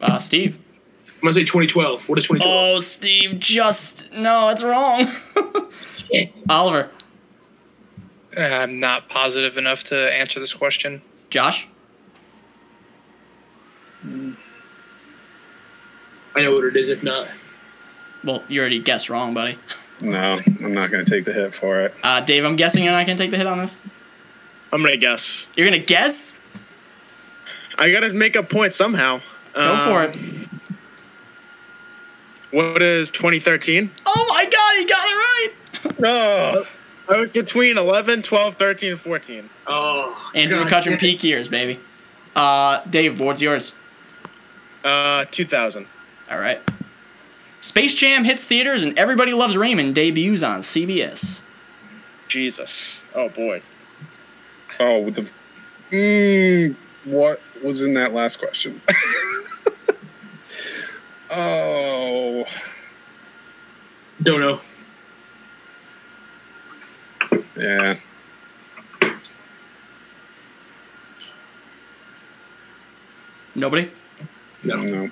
A: uh, steve
B: gonna say 2012. What is 2012?
A: Oh, Steve, just no, it's wrong. [LAUGHS] Oliver,
D: I'm not positive enough to answer this question.
A: Josh,
B: I know what it is. If not,
A: well, you already guessed wrong, buddy.
E: No, I'm not going to take the hit for it.
A: Uh, Dave, I'm guessing you're not gonna take the hit on this.
C: I'm gonna guess.
A: You're gonna guess?
C: I gotta make a point somehow. Um,
A: Go for it.
C: What is 2013?
A: Oh my God, he got it right.
E: No.
C: I was between 11, 12, 13, and 14.
B: oh,
A: Andrew
B: God
A: McCutcheon
B: damn.
A: peak years, baby. Uh, Dave, board's yours.
C: Uh, 2000.
A: All right. Space Jam hits theaters and Everybody Loves Raymond debuts on CBS.
C: Jesus. Oh boy.
E: Oh, with the. Mm, what was in that last question? [LAUGHS] oh.
B: Don't know.
E: Yeah.
A: Nobody?
E: No. no.
A: You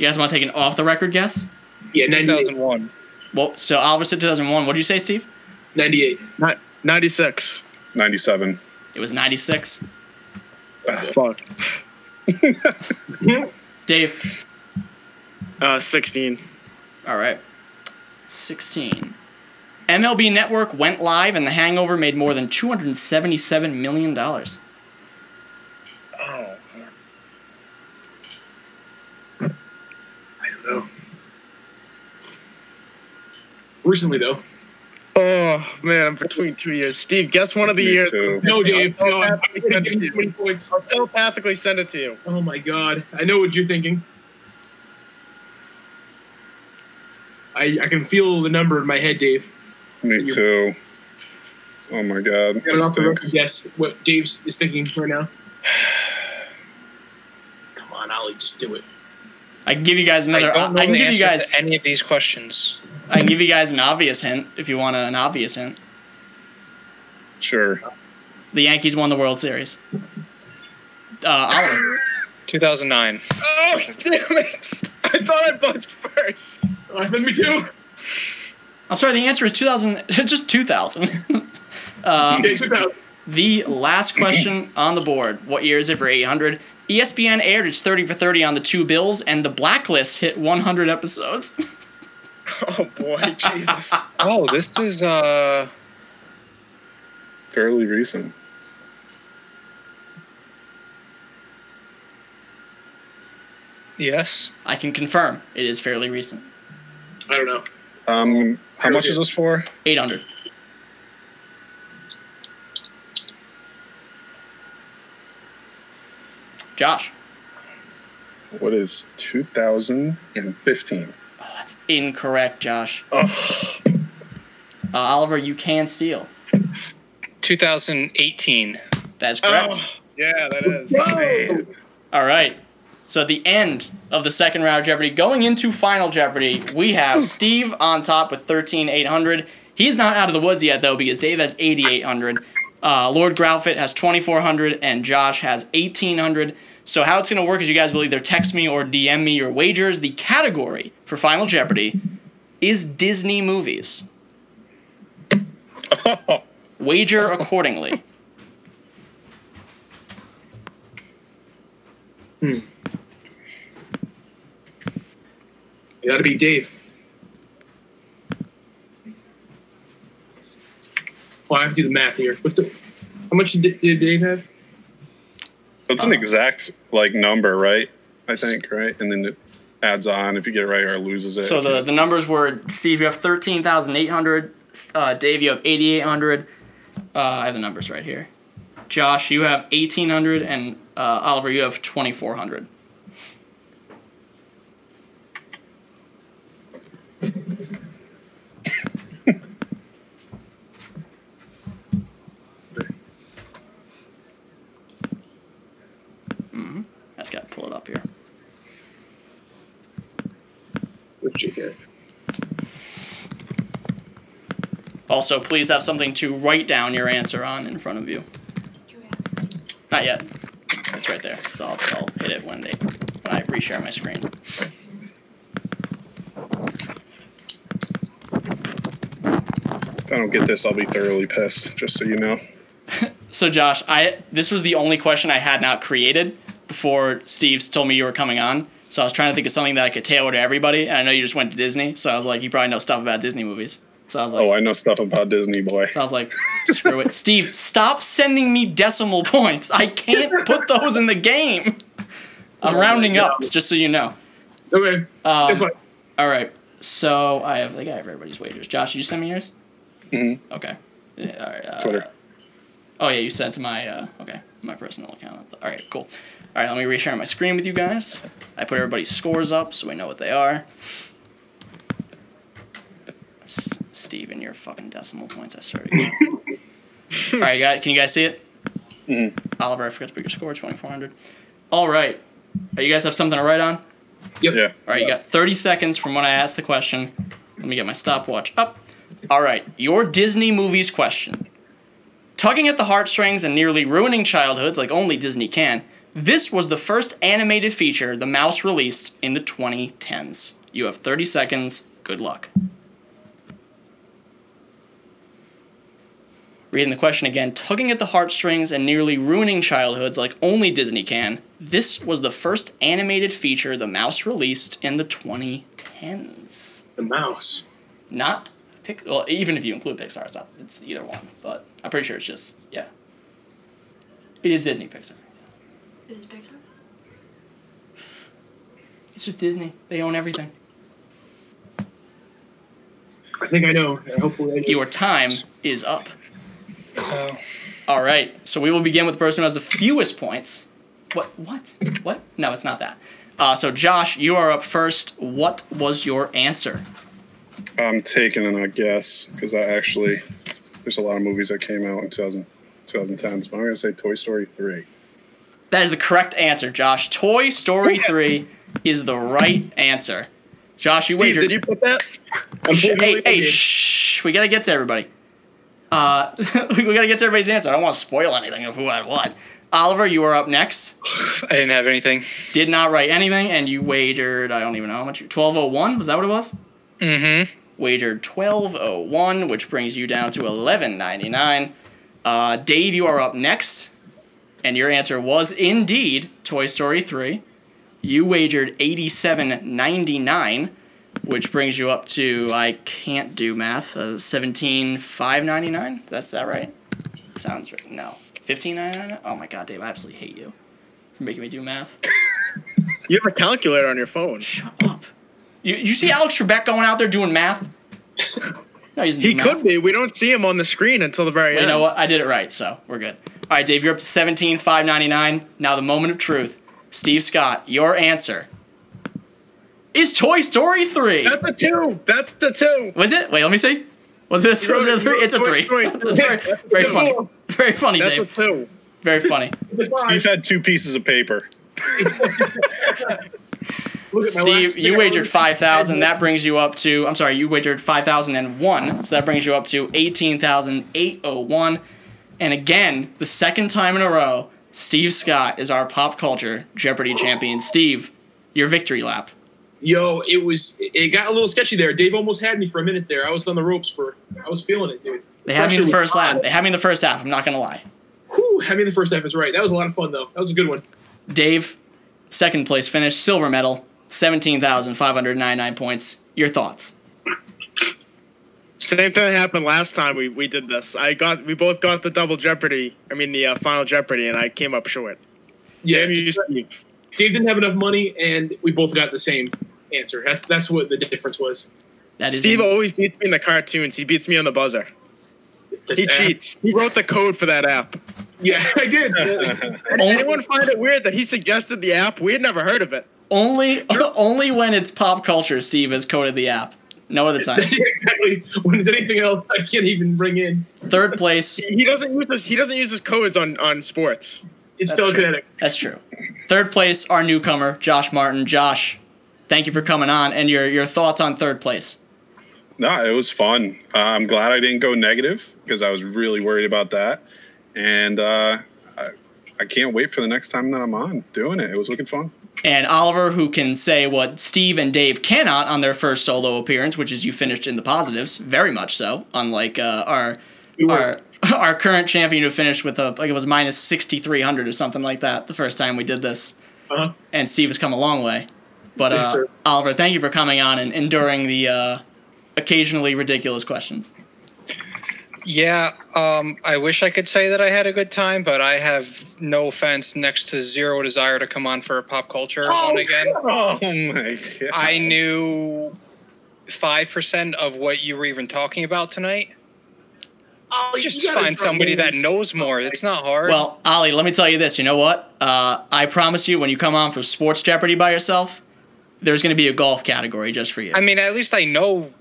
A: guys want to take an off the record guess?
B: Yeah, 98.
D: 2001.
A: Well, so Oliver said 2001. What did you say, Steve?
B: 98.
C: Ni- 96.
E: 97.
A: It was 96.
C: Ah, fuck.
A: Dave.
C: Uh, 16.
A: All right. 16. MLB Network went live and The Hangover made more than $277 million.
D: Oh,
B: I don't know. Recently though.
C: Oh man, I'm between two years. Steve, guess one of the
E: Me
C: years.
E: too.
B: No, Dave.
C: I'll
B: No, I'm gonna give you
C: telepathically-
B: 20 points.
C: I'll telepathically send it to you.
B: Oh my God. I know what you're thinking. I, I can feel the number in my head, Dave.
E: Me too. Oh my god.
B: Got it off the
E: Stinks.
B: record. Guess what Dave is thinking right now. [SIGHS] Come on, Ollie, just do it.
A: I can give you guys
D: I
A: another. I,
D: don't know
A: can
D: the
A: give you
D: answer
A: guys.
D: to any of these questions.
A: I can give you guys an obvious hint if you want an obvious hint.
E: Sure.
A: The Yankees won the World Series. Uh, Oliver.
D: 2009.
C: Oh [LAUGHS] damn it! I thought I bunched first.
B: I think me too.
A: I'm sorry, the answer is 2000, [LAUGHS] just 2000. [LAUGHS] um,
B: Okay, took out.
A: the last question on the board What year is it for E 800? ESPN aired its 30 for 30 on the two bills, and The Blacklist hit 100 episodes. [LAUGHS]
C: Oh boy, Jesus.
D: Oh, this is uh
E: Fairly recent.
D: yes.
A: I can confirm it is fairly recent.
B: I don't know.
E: Um, how much is this for?
A: 800. Josh.
E: What is 2015?
A: Oh, that's incorrect, Josh. Uh, Oliver, you can steal.
D: 2018.
A: That's correct.
C: [LAUGHS] yeah, that is.
E: Man.
A: All right. So at the end of the second round of Jeopardy, going into Final Jeopardy, we have Steve on top with thirteen eight hundred. He's not out of the woods yet though because Dave has eighty eight hundred. Uh, Lord Growfit has twenty four hundred, and Josh has eighteen hundred. So how it's gonna work is you guys will either text me or DM me your wagers. The category for Final Jeopardy is Disney movies. Wager accordingly.
B: You gotta be Dave. Well, Oh, I have to do the math here. What's the, how much did, did Dave have?
E: That's an exact like number, right? I think, right? And then it adds on if you get it right or loses it.
A: So the, the numbers were Steve, you have 13,800. Uh, Dave, you have 8,800. Uh, I have the numbers right here. Josh, you have 1,800. And uh, Oliver, you have 2,400. Mhm. I just gotta pull it up here.
B: What did you get?
A: Also, please have something to write down your answer on in front of you. Not yet. It's right there. So I'll, I'll hit it when they when I reshare my screen.
E: I don't get this, I'll be thoroughly pissed. Just so you know.
A: So Josh, I this was the only question I had not created before Steve's told me you were coming on. So I was trying to think of something that I could tailor to everybody, and I know you just went to Disney, so I was like, you probably know stuff about Disney movies. So I was like,
E: Oh, I know stuff about Disney, boy.
A: [LAUGHS] I was like, screw it, Steve, stop sending me decimal points. I can't put those in the game. I'm rounding up, just so you know.
B: Okay.
A: Um,
B: That's fine.
A: all right, so I have I think I have everybody's wagers. Josh, did you send me yours?
E: Mhm.
A: Okay. Yeah, all right. uh,
E: Twitter.
A: Oh yeah, you sent to my uh, okay my personal account. All right, cool. All right, let me reshare my screen with you guys. I put everybody's scores up so we know what they are. S- Steve and your fucking decimal points. I swear. To God. All right, you got it? Can you guys see it?
E: Mhm.
A: Oliver, I forgot to put your score. Twenty four hundred. All right. Uh, You guys have something to write on.
E: Yeah.
A: All right, you got 30 seconds from when I asked the question. Let me get my stopwatch up. All right, your Disney movies question. Tugging at the heartstrings and nearly ruining childhoods like only Disney can, this was the first animated feature the mouse released in the 2010s. You have 30 seconds. Good luck. Reading the question again, tugging at the heartstrings and nearly ruining childhoods like only Disney can, this was the first animated feature the mouse released in the 2010s.
B: The mouse.
A: Not Pic- well, even if you include Pixar, it's, not, it's either one, but I'm pretty sure it's just yeah. It is Disney Pixar.
F: It is Pixar?
A: It's just Disney. They own everything.
B: I think I know. and Hopefully, I do.
A: Your time is up.
D: Oh.
A: All right, so we will begin with the person who has the fewest points. What? What? What? No, it's not that. Uh, so Josh, you are up first. What was your answer?
E: I'm taking an I guess because I actually there's a lot of movies that came out in 2000, 2010s, but I'm gonna say Toy Story three.
A: That is the correct answer, Josh. Toy Story 3 is the right answer. Josh, you
C: Steve,
A: wagered.
C: did you put that?
A: Sh- hey,
C: Unfortunately, I
A: hey,
C: did.
A: shh. We gotta get to everybody. Uh, [LAUGHS] we gotta get to everybody's answer. I don't want to spoil anything of who had what. Oliver, you are up next.
D: I didn't have anything.
A: Did not write anything, and you wagered. I don't even know how much. Twelve oh one. Was that what it was?
D: Mm-hmm.
A: Wagered twelve oh one, which brings you down to eleven ninety nine. Uh, Dave, you are up next, and your answer was indeed Toy Story three. You wagered eighty seven ninety nine, which brings you up to I can't do math. Uh, seventeen five ninety nine. That's that right? Sounds right. No, fifteen ninety nine. Oh my god, Dave, I absolutely hate you for making me do math.
C: You have a calculator on your phone.
A: Shut up. You, you see Alex Trebek going out there doing math? [LAUGHS] No, he's
C: He could be. We don't see him on the screen until the very
A: You
C: end.
A: know what? I did it right, so we're good. All right, Dave, you're up to seventeen five ninety nine. Now the moment of truth. Steve Scott, your answer is Toy Story three.
C: That's a two. That's the two.
A: Was it? Wait, let me see. Was it? A,
C: You're-
A: was it a three? [LAUGHS]
C: you're
A: It's a
C: Toy
A: three.
C: Story
A: It's a
C: three.
A: three.
C: [LAUGHS]
A: Very funny. Very funny,
C: That's a
A: Dave.
C: two.
A: Very funny.
E: Steve had two pieces of paper.
B: [LAUGHS] Look at my last
A: Steve,
B: thing
A: you
B: I
A: wagered
B: wrote.
A: five thousand. That brings you up to. I'm sorry, you wagered five thousand and one. So that brings you up to eighteen thousand eight oh one. And again, the second time in a row, Steve Scott is our pop culture Jeopardy champion. Steve, your victory lap.
B: Yo, it was. It got a little sketchy there. Dave almost had me for a minute there. I was on the ropes for. I was feeling it, dude.
A: They had me in
B: Pressure
A: the first
B: was on.
A: lap. They had me in the first half. I'm not gonna lie.
B: Whew, I mean, the first half is right. That was a lot of fun, though. That was a good one.
A: Dave, second place finish, silver medal, seventeen thousand five hundred ninety nine points. Your thoughts?
C: Same thing happened last time we, we did this. I got we both got the double Jeopardy. I mean the uh, final Jeopardy, and I came up short.
B: Yeah,
C: Damn you,
B: just-
C: Steve.
B: Dave didn't have enough money, and we both got the same answer. That's that's what the difference was.
A: That is
C: Steve
A: in-
C: always beats me in the cartoons. He beats me on the buzzer.
B: This
C: He
B: app-
C: cheats. He wrote the code for that app.
B: Yeah, [LAUGHS] I
D: [LAUGHS]
B: did.
C: Did anyone find it weird that he suggested the app? We had never heard of it.
A: only [LAUGHS] only when it's pop culture. Steve has coded the app. No other
B: [LAUGHS]
A: time.
B: [LAUGHS] Yeah, exactly. When is anything else I can't even bring in?
A: Third place,
C: He doesn't use his he doesn't use his codes on on sports.
B: It's still
A: true.
B: kinetic.
A: That's true. Third place, our newcomer, Josh Martin. Josh, thank you for coming on and your, your thoughts on third place.
E: No, it was fun. Uh, I'm glad I didn't go negative because I was really worried about that. And uh, I, I can't wait for the next time that I'm on doing it. It was looking fun.
A: and Oliver, who can say what Steve and Dave cannot on their first solo appearance, which is you finished in the positives, very much so. Unlike uh, our our our [LAUGHS] current champion who finished with a like it was minus sixty three hundred or something like that the first time we did this,
B: Uh-huh.
A: and Steve has come a long way. But uh,
B: Yes, sir.
A: Oliver, thank you for coming on and enduring the uh, occasionally ridiculous questions.
D: Yeah, um, I wish I could say that I had a good time, but I have no offense, next to zero desire to come on for a pop culture one again.
E: [LAUGHS] Oh my god!
D: I knew five percent of what you were even talking about tonight.
B: Ollie,
D: Just
B: Oh, you gotta
D: find
B: drop
D: somebody
B: in.
D: that knows more. It's not hard.
A: Well, Ollie, let me tell you this. You know what? Uh, I promise you, when you come on for Sports Jeopardy by yourself, there's going to be a golf category just for you.
D: I mean, at least I know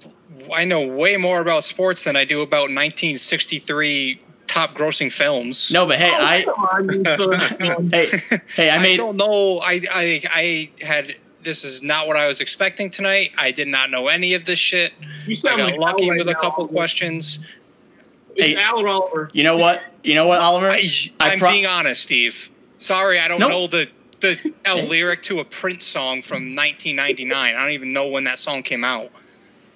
D: I know way more about sports than I do about 1963 top grossing films.
A: no, but hey,
B: Oh,
A: I
B: come on, you [LAUGHS] son.
A: [LAUGHS] hey hey, I
D: I
A: made
D: don't know. I, I I had this is not what I was expecting tonight. I did not know any of this shit.
B: You
D: I
B: sound
D: got
B: like
D: lucky
B: Al right
D: with a
B: now.
D: couple questions.
B: It's
A: Hey.
B: Al or Oliver.
A: You know what? You know what, Oliver?
D: I,
A: I
D: I'm
A: pro-
D: being honest, Steve. Sorry, I don't
A: No.
D: know the
A: [LAUGHS]
D: the a lyric to a Prince song from 1999. I don't even know when that song came out.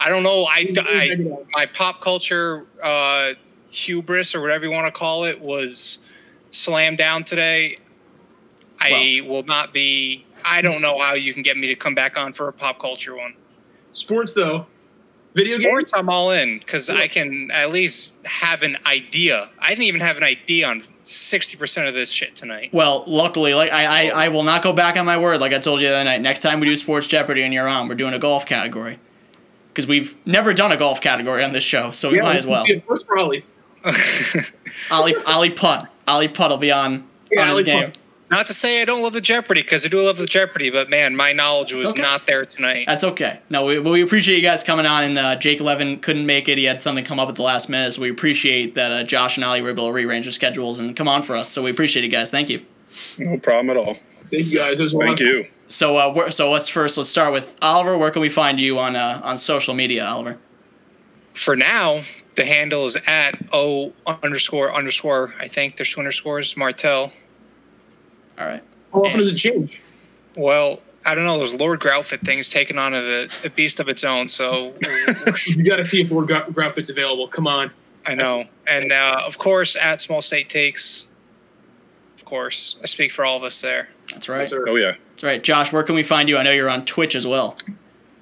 D: I don't know. I, I my pop culture uh, hubris or whatever you want to call it was slammed down today. I will not be. I don't know how you can get me to come back on for a pop culture one.
B: Sports though. Video games.
D: Sports, I'm all in because I can at least have an idea. I didn't even have an idea on 60% of this shit tonight.
A: well, luckily, like I, I, I will not go back on my word. Like I told you the other night. Next time we do Sports Jeopardy and you're on, we're doing a golf category because we've never done a golf category on this show, so we might
B: this
A: as well.
B: would be a First for Ollie.
A: Ollie, Ollie putt. Ollie putt will be on.
B: Yeah,
A: on his
B: Ollie
A: game.
B: Putt.
D: Not to say I don't love the Jeopardy because I do love the Jeopardy, but man, my knowledge was
A: okay.
D: not there tonight.
A: That's okay. No, we, we appreciate you guys coming on. And uh, Jake Levin couldn't make it; he had something come up at the last minute. So we appreciate that uh, Josh and Ollie were able to rearrange their schedules and come on for us. So we appreciate you guys. Thank you.
E: no problem at all.
B: Thank you guys. It was a lot
E: Thank
B: of-
E: you.
A: So, uh, where, so let's first let's start with Oliver. Where can we find you on uh, on social media, Oliver?
D: For now, the handle is at O underscore underscore. I think there's two underscores. Martel.
A: All right.
B: How often does it change?
D: Well, I don't know. Those Lord Groutfit things taken on a, a beast of its own. So
B: You got to see if more gra- graphics available. Come on.
D: I know. And uh, of course, at Small State Takes. Of course, I speak for all of us there.
A: That's right.
B: Yes,
A: That's
B: sir.
E: Oh yeah.
A: right. Josh, where can we find you? I know you're on Twitch as well.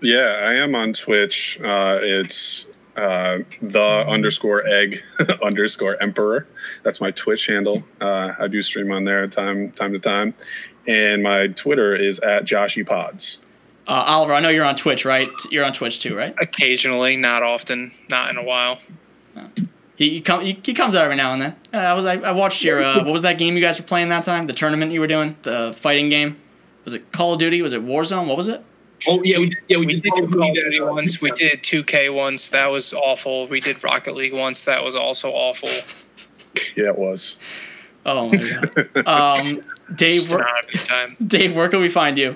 E: Yeah, I am on Twitch. Uh, it's uh, the underscore egg [LAUGHS] underscore emperor. That's my Twitch handle. Uh, I do stream on there time time to time, and my Twitter is at Joshy Pods.
A: Uh, Oliver, I know you're on Twitch, right? You're on Twitch too, right?
D: Occasionally, not often, not in a while.
A: He he, come, he, he comes out every now and then. Uh, I was I, I watched your uh, what was that game you guys were playing that time? The tournament you were doing, the fighting game. Was it Call of Duty? Was it Warzone? What was it?
B: Oh yeah, we did. Yeah, we,
D: We did
B: Call
D: do
B: of
D: Call of
B: Duty
D: Duty
B: that, uh,
D: once. We did 2K once. That was awful. We did Rocket League once. That was also awful.
E: Yeah, it was. [LAUGHS]
A: Oh my god. um, Dave,
D: Just uh,
A: where,
D: not a good time.
A: Dave, where can we find you?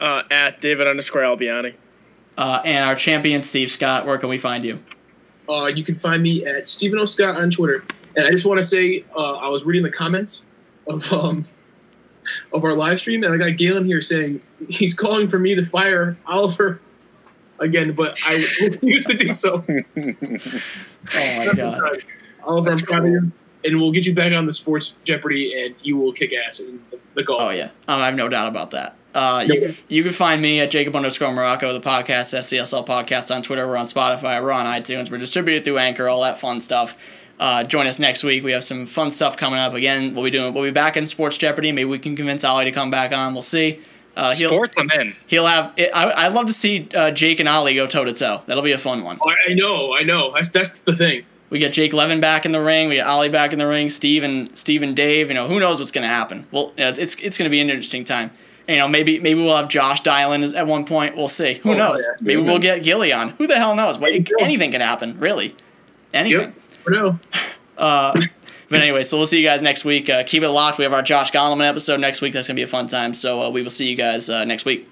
C: Uh, at David underscore Albiani.
A: Uh, and our champion Steve Scott, where can we find you?
B: Uh, you can find me at Stephen O'Scott on Twitter. And I just want to say, uh, I was reading the comments of um, of our live stream, and I got Galen here saying he's calling for me to fire Oliver again, but I refuse to
A: [LAUGHS]
B: do so.
A: Oh my god.
B: Oliver, I'm proud of you, and we'll get you back on the sports Jeopardy, and you will kick ass in the, the golf.
A: Oh yeah, um, I have no doubt about that. Uh, you can, you can find me at Jacob underscore Morocco, the podcast SCSL podcast on Twitter. We're on Spotify. We're on iTunes. We're distributed through Anchor. All that fun stuff. Uh, join us next week. We have some fun stuff coming up. Again, we'll be doing. We'll be back in Sports Jeopardy. Maybe we can convince Ollie to come back on. We'll see. Uh, he'll
D: Sports, I'm in.
A: he'll have. I, I'd love to see uh, Jake and Ollie go toe to toe. That'll be a fun one.
B: I, I know, I know. That's that's the thing.
A: We get Jake Levin back in the ring. We get Ollie back in the ring. Steve and Steve and Dave. You know who knows what's going to happen. Well, you know, it's it's going to be an interesting time. You know maybe maybe we'll have Josh dial in at one point. We'll see. Who
B: Oh,
A: knows?
B: yeah.
A: Maybe we'll get Gilly on. Who the hell knows? But
B: Maybe.
A: anything can happen. Really, anything.
B: Yep. I know.
A: But anyway, so we'll see you guys next week. Uh, keep it locked. We have our Josh Gallman episode next week. That's going to be a fun time. So uh, we will see you guys uh, next week.